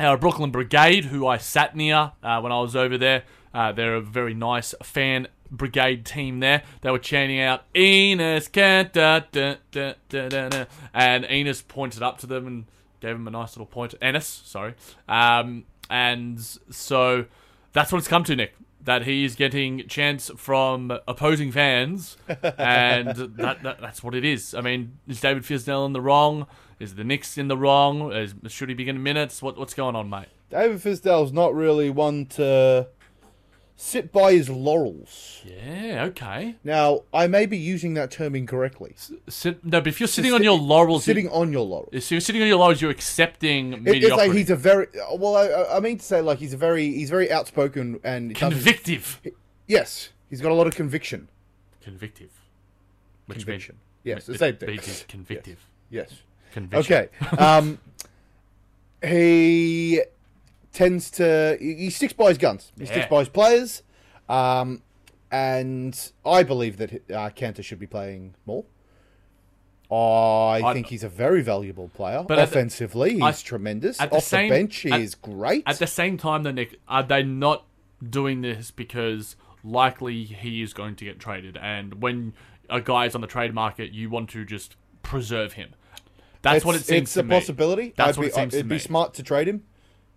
our Brooklyn Brigade, who I sat near uh, when I was over there. Uh, they're a very nice fan brigade team there. They were chanting out Enos can't da, da, da, da, da, da," and Enos pointed up to them and gave him a nice little point. Enos, sorry. Um, and so that's what it's come to, Nick. That he's getting chants from opposing fans, [laughs] and that, that that's what it is. I mean, is David Fisdell in the wrong? Is the Knicks in the wrong? Is, should he be getting minutes? What what's going on, mate? David Fisdale's not really one to sit by his laurels. Yeah, okay. Now I may be using that term incorrectly. Sit, no, but if you're sitting on your laurels, Sitting sitting, on your laurels. if you're sitting on your laurels, you're accepting It- it's like mediocrity. he's a very well. I, I mean to say like he's a very he's very outspoken and doesn't- convictive. Yes, he's got a lot of conviction. Convictive. Which Conviction. means- Yes, the same thing. BG, Convictive. Yes. Conviction. Okay. Um, he tends to he he sticks by his guns. He sticks Yeah. by his players, um, and I believe that uh, Cantor should be playing more. I, I- think he's a very valuable player. But at the- Offensively, he's I- tremendous. at the Off same- the bench, he at- is great. At the same time, though, Nick, are they not doing this because likely he is going to get traded? And when a guy is on the trade market, you want to just preserve him. That's what it It's- seems It's to a me. possibility. That's I'd what be, it seems to It'd me. be smart to trade him.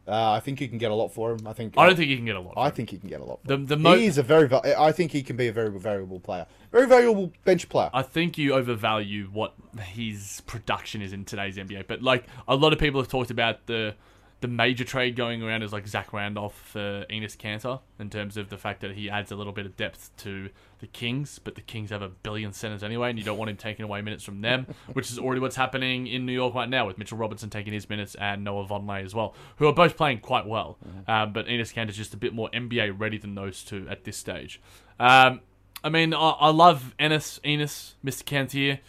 Uh, I think you can get a lot for him. I think. uh, I don't think he can get a lot. I I, think he can get a lot. For The- him. the mo- he is a very. val- I think he can be a very valuable player. Very valuable bench player. I think you overvalue what his production is in today's NBA. But like a lot of people have talked about the the major trade going around is like Zach Randolph for Enos Cantor in terms of the fact that he adds a little bit of depth to the Kings, but the Kings have a billion centers anyway, and you don't want him taking away minutes from them, [laughs] which is already what's happening in New York right now with Mitchell Robinson taking his minutes and Noah Vonleh as well, who are both playing quite well. Um, but Enos Cantor's just a bit more NBA ready than those two at this stage. Um, I mean, I, I love Ennis, Enos, Mr. Cantier,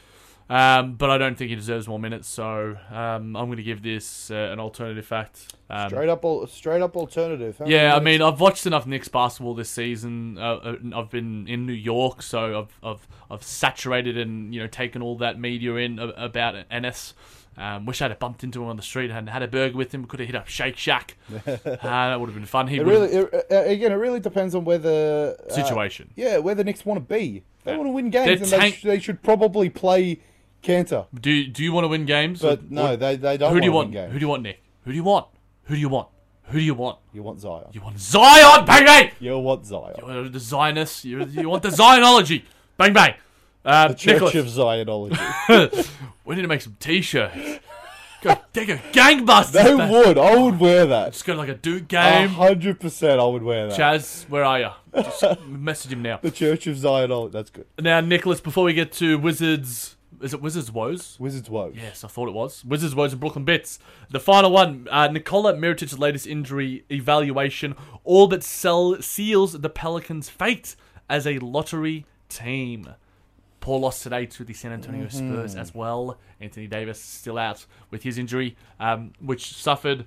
um, but I don't think he deserves more minutes. So um, I'm going to give this uh, an alternative fact. Um, Straight up, al- straight up alternative. huh? yeah, I mean, I've watched enough Knicks basketball this season. Uh, uh, I've been in New York, so I've I've I've saturated and you know taken all that media in a- about Ennis. Um, wish I'd have bumped into him on the street and had a burger with him. Could have hit up [laughs] Shake Shack. uh, that would have been fun. He It really, would've- it, uh, again, it really depends on whether uh, Situation. yeah, where the Knicks want to be. If They Yeah. want to win games, They're and they, tank- sh- they should probably play Cantor. Do Do you want to win games? But no, they, they don't. who do you want? want? to win Who do games. you want, Nick? Who do you want? Who do you want? Who do you want? You want Zion. You want Zion, bang bang. You want Zion. You want the Zionists. You, [laughs] you want the Zionology, bang bang. Uh, The Church Nicholas, of [laughs] Zionology. we need to make some T-shirts. go, they go gangbusters. they man. would. I would wear that. Just go to, like a dude A game. hundred percent, I would wear that. Chaz, where are you? Just [laughs] message him now. the Church of Zionology. That's good. Now, Nicholas, before we get to Wizards, is it Wizards woes? Wizards woes. Yes, I thought it was. Wizards, Woes, and Brooklyn Bits. The final one, uh, Nikola Mirotic's latest injury evaluation all but sell, seals the Pelicans' fate as a lottery team. Paul lost today to the San Antonio Spurs as well. Anthony Davis still out with his injury, um, which suffered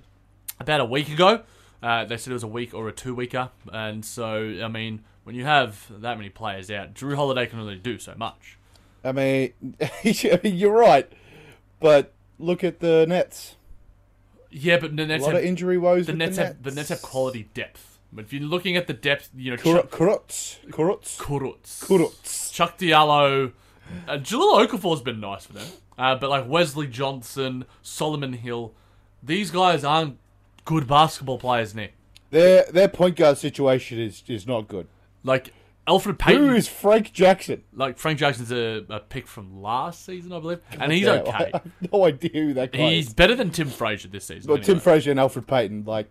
about a week ago. Uh, they said it was a week or a two weeker. And so, I mean, when you have that many players out, Drew Holiday can only do so much. I mean, [laughs] I mean, you're right, but look at the Nets. Yeah, but the A Nets lot have- of injury woes. the with Nets the have the Nets have quality depth. But if you're looking at the depth, you know Kur- Chuck Kurutz. Kurutz. Kuruts, Kurutz. Chuck Diallo, uh, Jalil Okafor's been nice for them. Uh, but like Wesley Johnson, Solomon Hill, these guys aren't good basketball players, Nick. Their their point guard situation is is not good. Like Alfred Who Payton, is Frank Jackson? like Frank Jackson's a, a pick from last season, I believe, and he's Yeah, okay. [laughs] I have no idea who that guy He's is. better than Tim Frazier this season. But Tim anyway. Frazier and Alfred Payton, like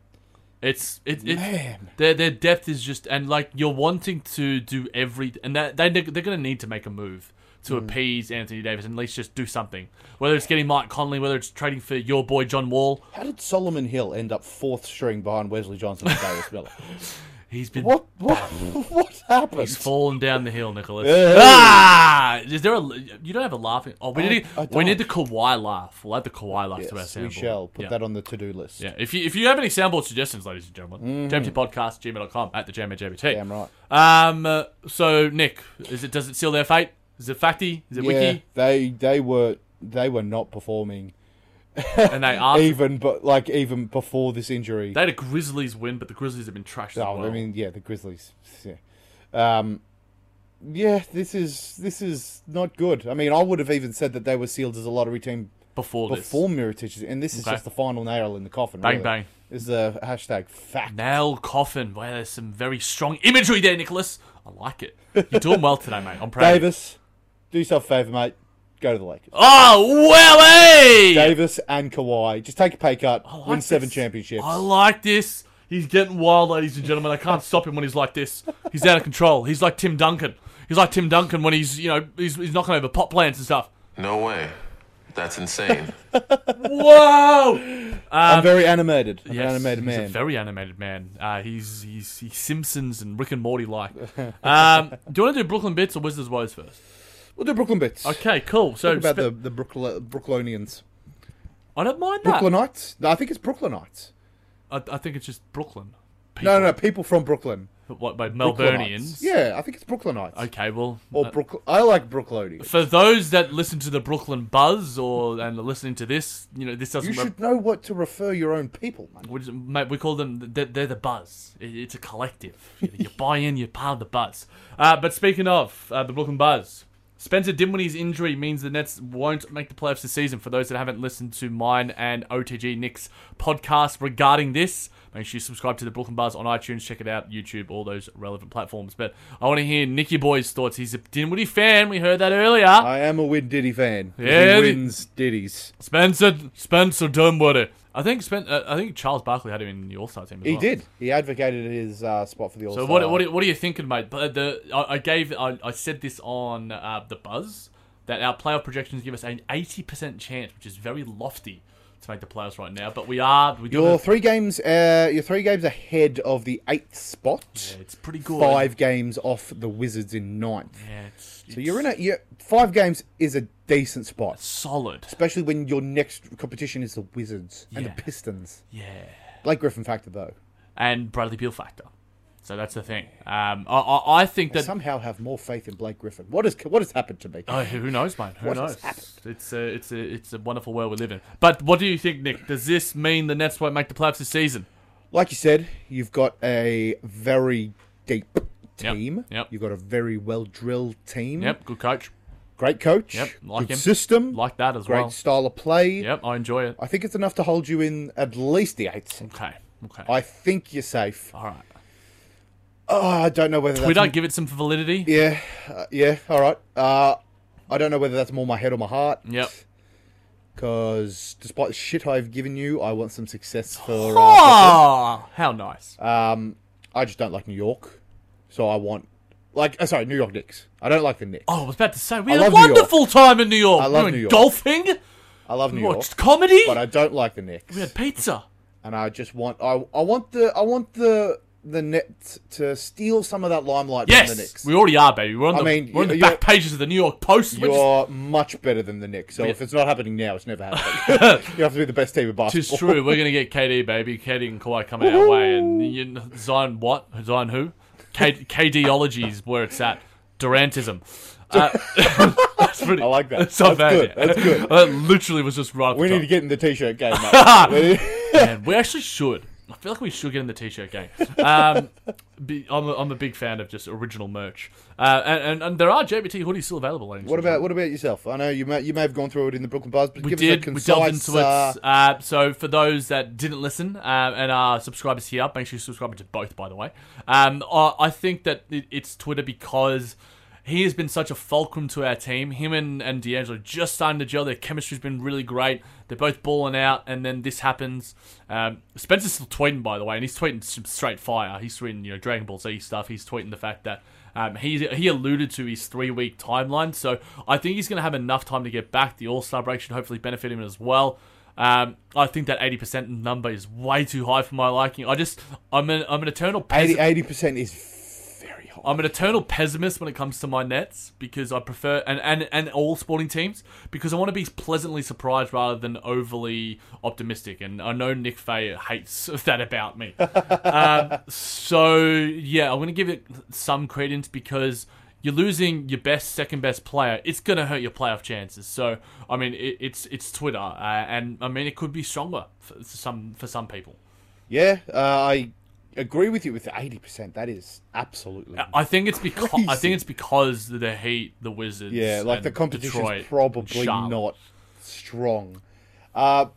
It's it, it Man. Their their depth is just and like you're wanting to do every and that they they're going to need to make a move to Hmm. appease Anthony Davis and at least just do something. Whether it's getting Mike Conley, whether it's trading for your boy John Wall, how did Solomon Hill end up fourth string behind Wesley Johnson [laughs] and Darius Miller? he's been What what what happened? he's fallen down the hill, Nicholas. Hey. Ah, is there a you don't have a laughing? Oh, we need I we need the don't. Kawhi laugh. We'll add the Kawhi laugh to our Yes, soundboard. we shall put yeah. that on the to do list. Yeah, if you if you have any soundboard suggestions, ladies and gentlemen, mm podcast gmail.com at the JamJBT. Mm-hmm. Damn right. Um. uh, So Nick, is it does it seal their fate? Is it facty? Is it Yeah, wiki? they they were they were not performing And [laughs] they asked. even but like even before this injury. They had a Grizzlies win, but the Grizzlies have been trashed. Oh, as well. I mean, yeah, the Grizzlies. Yeah. Um, yeah, this is this is not good. I mean, I would have even said that they were sealed as a lottery team before this, before Miritich, and this is Okay. just the final nail in the coffin. Bang, really. bang. This is a hashtag fact. nail coffin. Wow, there's some very strong imagery there, Nicholas. I like it. You're doing well today, mate. I'm proud. of you. Davis, do yourself a favor, mate. Go to the Lakers. Oh well, hey. Davis and Kawhi, just take a pay cut, I like win seven this. championships. I like this. He's getting wild, ladies and gentlemen. I can't stop him when he's like this. He's out of control. He's like Tim Duncan. He's like Tim Duncan when he's you know he's, he's knocking over pot plants [laughs] and stuff. No way. That's insane. Whoa! I'm very animated. I'm Yes, an animated he's man. a very animated man. Uh, he's, he's he's Simpsons and Rick and Morty like. Um, do you want to do Brooklyn Bits or Wizards Woes first? We'll do Brooklyn bits. Okay, cool. So Talk about spe- the the Brookl- Brooklynians, I don't mind that. Brooklynites. No, I think it's Brooklynites. I, I think it's just Brooklyn. No, no, people from Brooklyn. What, by Brooklynites. Melburnians? Yeah, I think it's Brooklynites. Okay, well, Or uh, Brook. I like Brooklynians. for those that listen to the Brooklyn Buzz or and are listening to this, you know this doesn't. You rep- should know what to refer your own people. Man. We, just, mate, we call them they're, they're the buzz. It, it's a collective. You, [laughs] you buy in, you're part of the buzz. Uh, but speaking of uh, the Brooklyn Buzz, Spencer Dinwiddie's injury means the Nets won't make the playoffs this season. For those that haven't listened to mine and OTG Nick's podcast regarding this, make sure you subscribe to the Brooklyn Buzz on iTunes. Check it out, YouTube, all those relevant platforms. But I want to hear Nicky Boy's thoughts. He's a Dinwiddie fan. We heard that earlier. I am a Win Diddy fan. 'cause Yeah, he the- wins Diddy's. Spencer Spencer Dinwiddie. I think Spen- uh, I think Charles Barkley had him in the All Star team. As He well. did. He advocated his uh, spot for the All Star. So what, what are- what are you thinking, mate? But the I, I gave I, I said this on uh, the buzz that our playoff projections give us an eighty percent chance, which is very lofty to make the playoffs right now. But we are we do You're have- three games. Uh, you're three games ahead of the eighth spot. yeah, it's pretty good. Five games off the Wizards in ninth. Yeah, it's, So you're in a you're, five games is a decent spot, solid. especially when your next competition is the Wizards and Yeah. the Pistons. Yeah, Blake Griffin factor though. and Bradley Beal factor. So that's the thing. Um, I, I, I think that Somehow have more faith in Blake Griffin. What is what has happened to me? Oh, who knows, mate? Who What has knows? It's a, it's a, it's a wonderful world we live in. But what do you think, Nick? Does this mean the Nets won't make the playoffs this season? like you said, you've got a very deep Yep, team. yep. You've got a very well drilled team. Yep, good coach. Great coach. Yep, like good him. system. Like that as great well. style of play. Yep, I enjoy it. I think it's enough to hold you in at least the eighth seed. Okay, okay. I think you're safe. All right. Oh, I don't know whether that's We don't give it some validity. Yeah, uh, yeah. All right. Uh, I don't know whether that's more my head or my heart. Yep. Because despite the shit I've given you, I want some success for. Uh, Oh, how nice. um, I just don't like New York, so I want like uh, sorry New York Knicks. I don't like the Knicks. oh, I was about to say we I had a love New York. wonderful time in New York. I love we went New York. golfing, I love New York, watched comedy, but I don't like the Knicks. we had pizza. and I just want I I want the I want the the net to steal some of that limelight from the Yes, Knicks. we already are, baby. We're on I the, mean, we're on the you're- back pages of the New York Post. We're just- [laughs] You're much better than the Knicks, so Yeah. if it's not happening now, it's never happening. [laughs] you have to be the best team in basketball. Tis true. We're going to get KD, baby. KD and Kawhi coming our way. And you, Zion what? Zion who? K, KDology is where it's at. [laughs] Durantism. Uh, [laughs] that's pretty, I like that. [laughs] That's not That's bad. good. That's [laughs] good. That literally was just right. Off We the need top. to get in the t-shirt game, [laughs] mate. We need- Man, we actually should. I feel like we should get in the t-shirt game. Um, [laughs] be, I'm, a, I'm a big fan of just original merch, uh, and, and and there are JBT hoodies still available. ladies what and about what about yourself? I know you may you may have gone through it in the Brooklyn Buzz, but we give us a did. We concise. delved into it. uh, Uh, so for those that didn't listen uh, and are subscribers here, make sure you subscribe to both. By the way, um, I, I think that it, it's Twitter because he has been such a fulcrum to our team. Him and and D'Angelo just starting to gel. Their chemistry's been really great. They're both balling out, and then this happens. Um, Spencer's still tweeting, by the way, and he's tweeting some straight fire. He's tweeting you know Dragon Ball Z stuff. He's tweeting the fact that. Um, he he alluded to his three week timeline, so I think he's going to have enough time to get back. The All Star break should hopefully benefit him as well. Um, I think that eighty percent number is way too high for my liking. I just I'm an I'm an eternal pessimist. 80 percent is very high. I'm an eternal pessimist when it comes to my Nets because I prefer and, and, and all sporting teams because I want to be pleasantly surprised rather than overly optimistic. And I know Nick Faye hates [laughs] that about me. um, so yeah, I'm going to give it some credence because you're losing your best, second best player. It's going to hurt your playoff chances. So I mean, it, it's it's Twitter, uh, and I mean it could be stronger for some for some people. Yeah, uh, I agree with you with the eighty percent. That is absolutely I think it's because I Crazy. think it's because the Heat, the Wizards, yeah. Like the and competition's Detroit, probably Charlotte. not strong. Uh,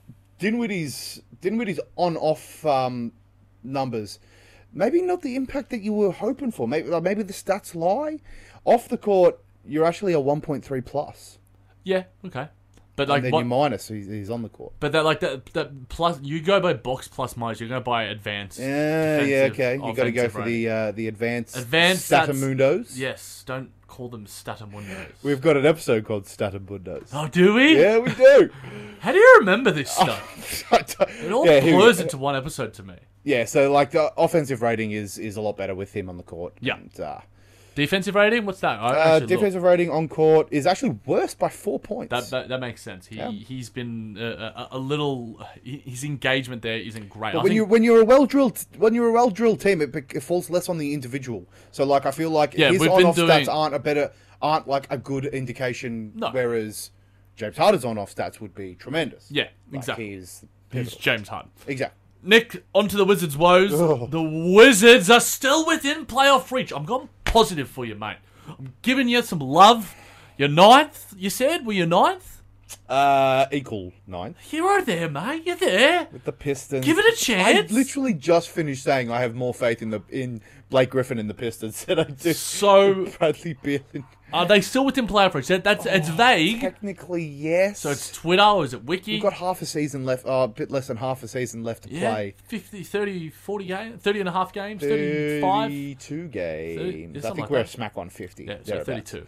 Dinwiddie's Dinwiddie's on-off um, numbers, maybe not the impact that you were hoping for. Maybe like, maybe the stats lie. Off the court, you're actually a one point three plus, Yeah, okay, but and like then what? you're minus. So he's, he's on the court. but that like that that plus you go by box plus minus. You're going to buy advanced. Yeah, yeah, defensive- okay. You got to go offensive for rating. the uh, the advanced Advanced stats- Statamundos. yes. Don't call them statum windows. We've got an episode called Statamundos. Oh, do we? Yeah, we do. How do you remember this stuff? it [laughs] It [laughs] all yeah, here we blurs go. into one episode to me. Yeah, so like the offensive rating is is a lot better with him on the court. Yeah. And, uh, Defensive rating? What's that? I uh, actually looked. defensive rating on court is actually worse by four points. That, that, that makes sense. He he's been uh, a, a little. His engagement there isn't great. I when think- you when you're a well drilled when you're a well drilled team, it, bec- it falls less on the individual. So like I feel like Yeah, his we've on been off doing- stats aren't a better aren't like a good indication. No. Whereas James Harden's on off stats would be tremendous. Yeah, Like, exactly. He's He's James Harden. exactly. Nick, onto the Wizards' woes. The Wizards are still within playoff reach. I'm going positive for you, mate. I'm giving you some love. You're ninth, you said? Were you ninth? Uh, equal nine. You're there, mate. You're there. The Pistons. Give it a chance. I literally just finished saying I have more faith in the in Blake Griffin and the Pistons than I do So, Bradley Beal. and- are they still within playoff reach? That, that's Oh, It's vague. Technically, yes. So, it's Twitter or is it Wiki? We've got half a season left, uh, a bit less than half a season left to yeah, play. 50, 30, 40 games, 30 and a half games, 35. 32 Thirty- games. yeah, I something think like we're that. smack on 50. Yeah, so thereabouts. 32.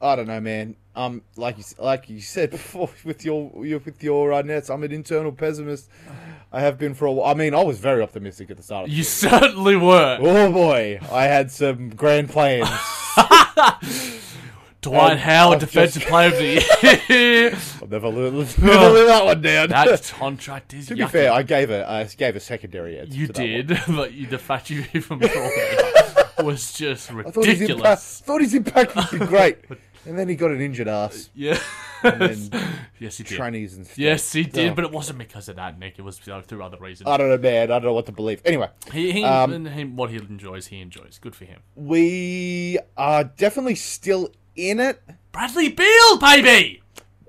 I don't know, man. Um, like you, s- like you said [laughs] before, with your, your with your uh, nets, I'm an internal pessimist. I have been for a while. I mean, I was very optimistic at the start. Of the You certainly were. [laughs] Oh boy, I had some grand plans. Dwight Um, Howard, I've defensive just- player of the [laughs] year. I'll never live, never live that one down. that contract [laughs] is to be Oh. yucky. fair, I gave a I gave a secondary answer. you to that one. did, but you, the fact you [laughs] even brought [laughs] it was just I thought his impact, ridiculous. thought his impact would [laughs] be great, and then he got an injured ass Yeah. [laughs] and yes, he did. trannies and stuff. Yes, he did, Oh. but it wasn't because of that, Nick. It was uh, through other reasons. I don't know, man. I don't know what to believe. Anyway, he, he, um, and he- what he enjoys, he enjoys. Good for him. we are definitely still in it. Bradley Beal, baby.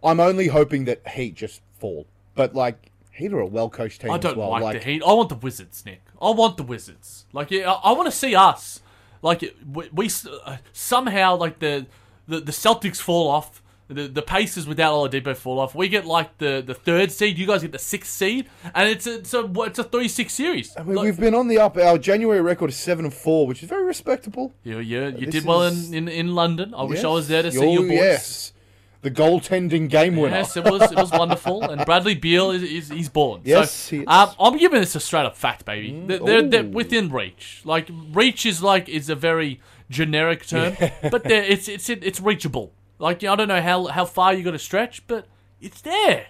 I'm only hoping that Heat just fall, but like Heat are a well coached team I don't as well. like, the Heat. I want the Wizards, Nick. I want the Wizards. Like yeah, I, I want to see us. Like we, we s- uh, somehow like the, the the Celtics fall off. The, the Pacers without Oladipo fall off. We get like the, the third seed. You guys get the sixth seed, and it's a, it's a it's a three six series. I mean, Like- we've been on the up. Our January record is seven and four, which is very respectable. you you, you Uh, This did well is- in, in, in London. I wish I was there to see You're- your boys. Oh, Yes, the goaltending game winner. Yes, it was it was wonderful, and Bradley Beal is, is he's born. Yes, so, he is. Mm. Um, I'm giving this a straight up fact, baby. They're, they're, they're ooh. within reach. Like reach is like is a very generic term, [laughs] but they're, it's it's it's reachable. Like I don't know how how far you got to stretch, but it's there.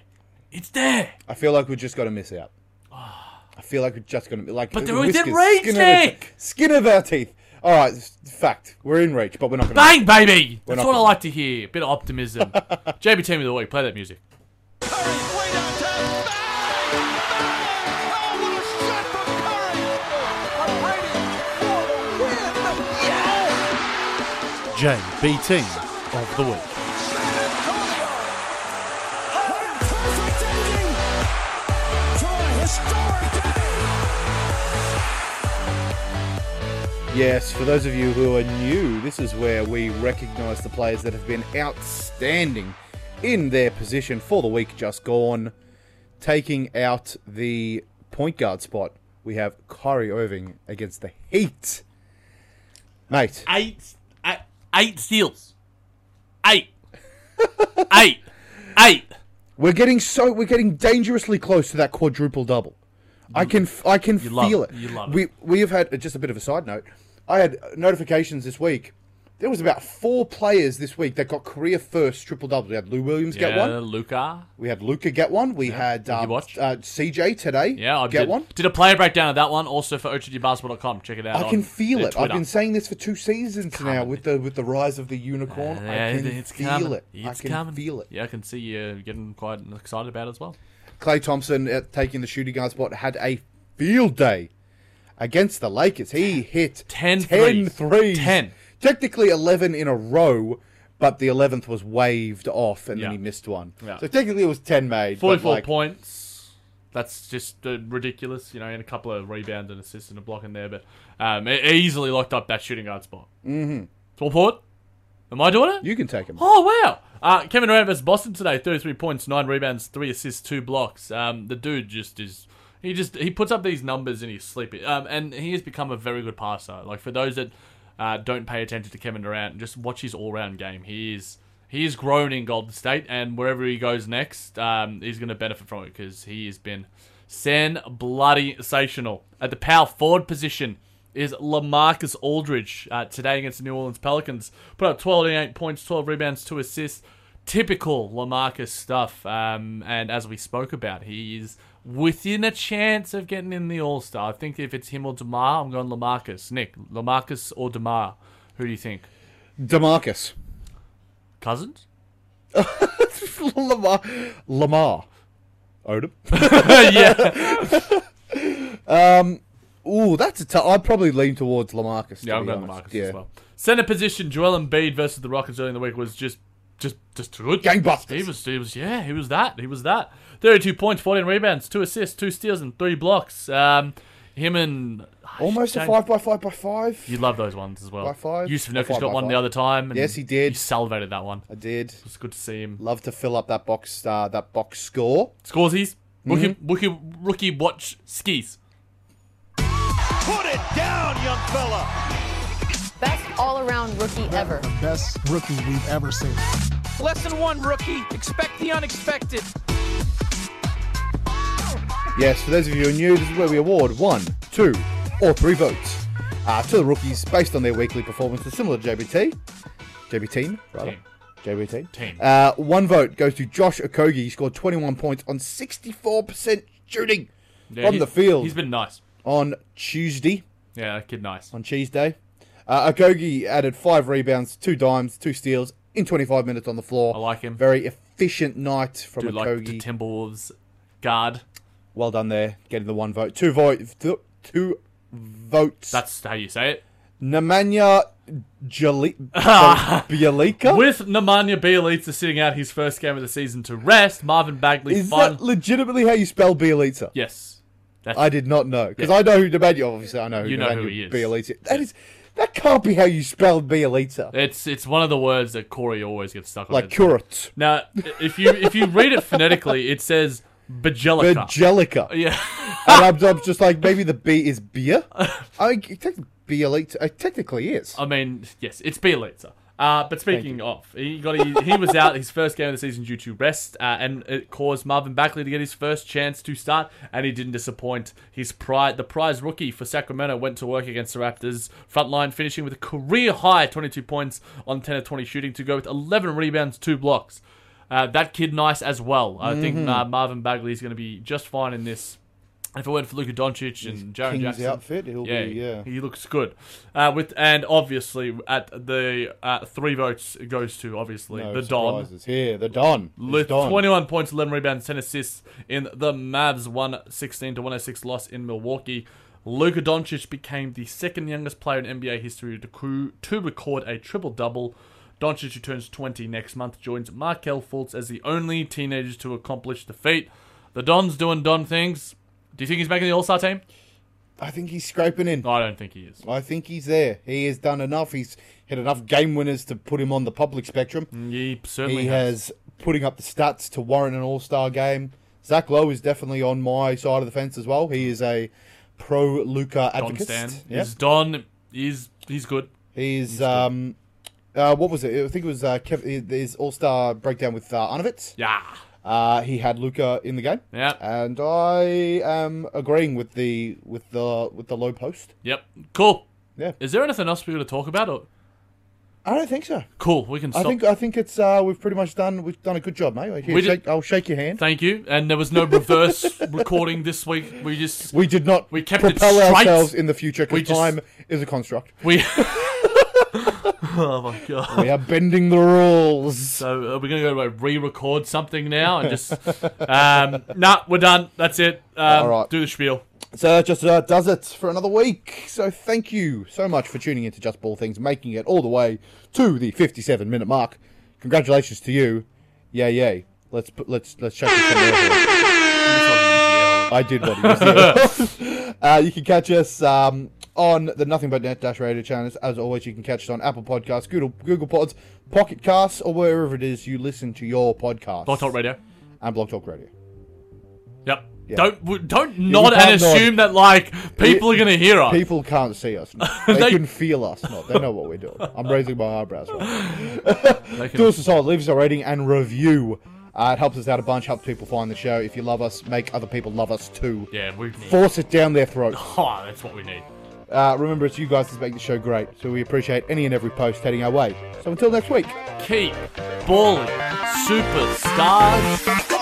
It's there. I feel like we're just going to miss out. I feel like we're just going to like. Ah. But the they're within whiskers, reach, skin of our te- Nick! Skin of our teeth. All right, s- fact. We're in reach, but we're not going to. Bang, baby. We're That's not what I gonna- like to hear. bit [laughs] of optimism. JB team of the week. Play that music. JB Team of the Week. Yes, for those of you who are new, this is where we recognise the players that have been outstanding in their position for the week just gone. Taking out the point guard spot, we have Kyrie Irving against the Heat. Mate, Eight eight, eight steals. [laughs] Eight. eight. Eight. We're getting so we're getting dangerously close to that quadruple double. I can f- I can love feel it. it. You love it. We we have had uh, just a bit of a side note. I had uh, notifications this week. There was about four players this week that got career first triple doubles. We had Lou Williams get yeah, one. Luca. We had Luca get one. We had you um, uh, watch? CJ today Yeah, I get did, one. Did a player breakdown of that one also for OTGBasketball.com. Check it out. I on can feel their it. I've Twitter. been saying this for two seasons now with the with the rise of the unicorn. Yeah, I can it's feel coming. it. It's I can coming. feel it. Yeah, I can see you getting quite excited about it as well. Clay Thompson uh, taking the shooting guard spot had a field day against the Lakers. He hit Ten 10 threes. threes. Ten. Technically 11 in a row, but the 11th was waved off and Yeah. then he missed one. Yeah. So technically it was 10 made. but, 44 like, points. That's just uh, ridiculous, you know, and a couple of rebounds and assists and a block in there, but um, it easily locked up that shooting guard spot. Mm-hmm. Port, am I doing it? You can take him. Oh wow! Uh, Kevin Durant versus Boston today. Thirty-three points, nine rebounds, three assists, two blocks. Um, the dude just is. He just he puts up these numbers in his sleep. Um, and he has become a very good passer. Like for those that uh, don't pay attention to Kevin Durant, just watch his all-round game. He is he is grown in Golden State, and wherever he goes next, um, he's going to benefit from it because he has been sen bloody sensational at the power forward position is Lamarcus Aldridge uh, today against the New Orleans Pelicans. Put up 28 points, 12 rebounds, 2 assists. Typical Lamarcus stuff. Um, and as we spoke about, he is within a chance of getting in the All Star. I think if it's him or DeMar, I'm going Lamarcus. Nick, Lamarcus or DeMar? Who do you think? Demarcus. [laughs] Cousins? [laughs] Lamar. Lamar. Odom. yeah. Ooh, that's a tough. I'd probably lean towards Lamarcus. to Yeah, I'm be going honest. Lamarcus yeah. as well. Center position, Joel Embiid versus the Rockets early in the week was just just just good. Gangbusters. He was he was yeah, he was that. He was that. Thirty two points, fourteen rebounds, two assists, two steals, and three blocks. Um him and Almost a Shane- 5 by 5 by 5 You love those ones as well. By five? Yusuf By Nurkic five, got by one the five. other time. and Yes, he did. He salivated that one. I did. It's good to see him. Love to fill up that box uh, that box score. Scores he's Mm-hmm. rookie, rookie, rookie watch skis. Best all around rookie ever. best rookie we've ever seen. Lesson one, rookie. Expect the unexpected. Yes, for those of you who are new, this is where we award one, two, or three votes uh, to the rookies based on their weekly performances, similar to JBT. JB team, rather. Team. JBT. Team. Uh, one vote goes to Josh Okogie. He scored 21 points on 64% shooting Yeah, from he's- the field He's been nice. on Tuesday, Yeah, that kid nice. on Cheese Day. Uh, Okogie added five rebounds, two dimes, two steals in 25 minutes on the floor. I like him. Very efficient night from Do like the Okogie. Timberwolves guard. well done there, getting the one vote. Two vote, th- two votes. That's how you say it. Nemanja [laughs] Jeli- Bjelica. With Nemanja Bjelica sitting out his first game of the season to rest, Marvin Bagley Is fin- that legitimately how you spell Bielitsa? yes. That's I did not know because Yeah. I know who Nemanja. Obviously, I know who You know who he is. Bielitsa. That is that can't be how you spell Bielitsa. it's it's one of the words that Corey always gets stuck on. Like curate, now, if you if you read it phonetically, it says Bajelica. Angelica, yeah. and I'm, I'm just like maybe the B is [laughs] beer. I mean, tec- Bielitsa. It technically is. I mean, yes, it's Bielitsa. Uh, but speaking of, he got he, he was out his first game of the season due to rest, uh, and it caused Marvin Bagley to get his first chance to start, and he didn't disappoint. His pride, the prize rookie for Sacramento, went to work against the Raptors front line, finishing with a career high 22 points on 10 of 20 shooting to go with 11 rebounds, two blocks. Uh, that kid nice as well. I Mm-hmm. think uh, Marvin Bagley is going to be just fine in this. If it weren't for Luka Doncic and Jaron King's Jackson, outfit, he'll yeah, be yeah. he looks good. Uh, with and obviously at the uh, three votes it goes to obviously No the Don surprises here. The Don. It's with Don. 21 points, 11 rebounds, 10 assists in the Mavs 116 to 106 loss in Milwaukee. Luka Doncic became the second youngest player in NBA history to, cru- to record a triple double. Doncic, who turns 20 next month, joins Markel Fultz as the only teenager to accomplish the feat. The Don's doing Don things. Do you think he's making the All Star team? I think he's scraping in. No, I don't think he is. I think he's there. He has done enough. He's hit enough game winners to put him on the public spectrum. He certainly He has. has putting up the stats to warrant an All Star game. Zach Lowe is definitely on my side of the fence as well. He is a pro Luca Don advocate. Stan. Yep. He's Don. He's he's good. He's um, uh, what was it? I think it was uh, Kev- his All Star breakdown with uh, Arnovitz. Yeah. Uh, he had Luca in the game. Yeah. And I am agreeing with the with the with the low post. Yep. Cool. Yeah. Is there anything else we got to talk about? Or I don't think so. cool, we can I stop. think I think it's uh, we've pretty much done we've done a good job, mate. Here, We did- shake, I'll shake your hand. Thank you. And there was no reverse [laughs] recording this week. We just We did not We kept it propel straight. ourselves in the future We because just- time is a [laughs] construct. we. oh my god. We are bending the rules. So are we gonna go like, re-record something now [laughs] and just um nah we're done that's it um, All right. do the spiel So that just uh, does it for another week. So thank you so much for tuning into Just Ball Things, making it all the way to the 57 minute mark. Congratulations to you. Yay, yay. Let's put, let's let's shake this thing over. I did what he was [laughs] doing. [laughs] uh, you can catch us um, on the Nothing But Net Dash Radio channels. As always, you can catch us on Apple Podcasts, Google, Google Pods, Pocket Casts, or wherever it is you listen to your podcast. Block Talk Radio And Blog Talk Radio. yep don't w- don't nod can't and nod. assume that like people are gonna hear us People can't see us. They, Uh, They- can feel us. Not. They know what we're doing. I'm raising my eyebrows. Right They can- Do us a solid. Leave us a rating and review. Uh, it helps us out a bunch. Helps people find the show. If you love us, make other people love us too. yeah we need Force it down their throats. oh, that's what we need Uh, remember, it's you guys that make the show great, so we appreciate any and every post heading our way. So until next week. keep balling superstars.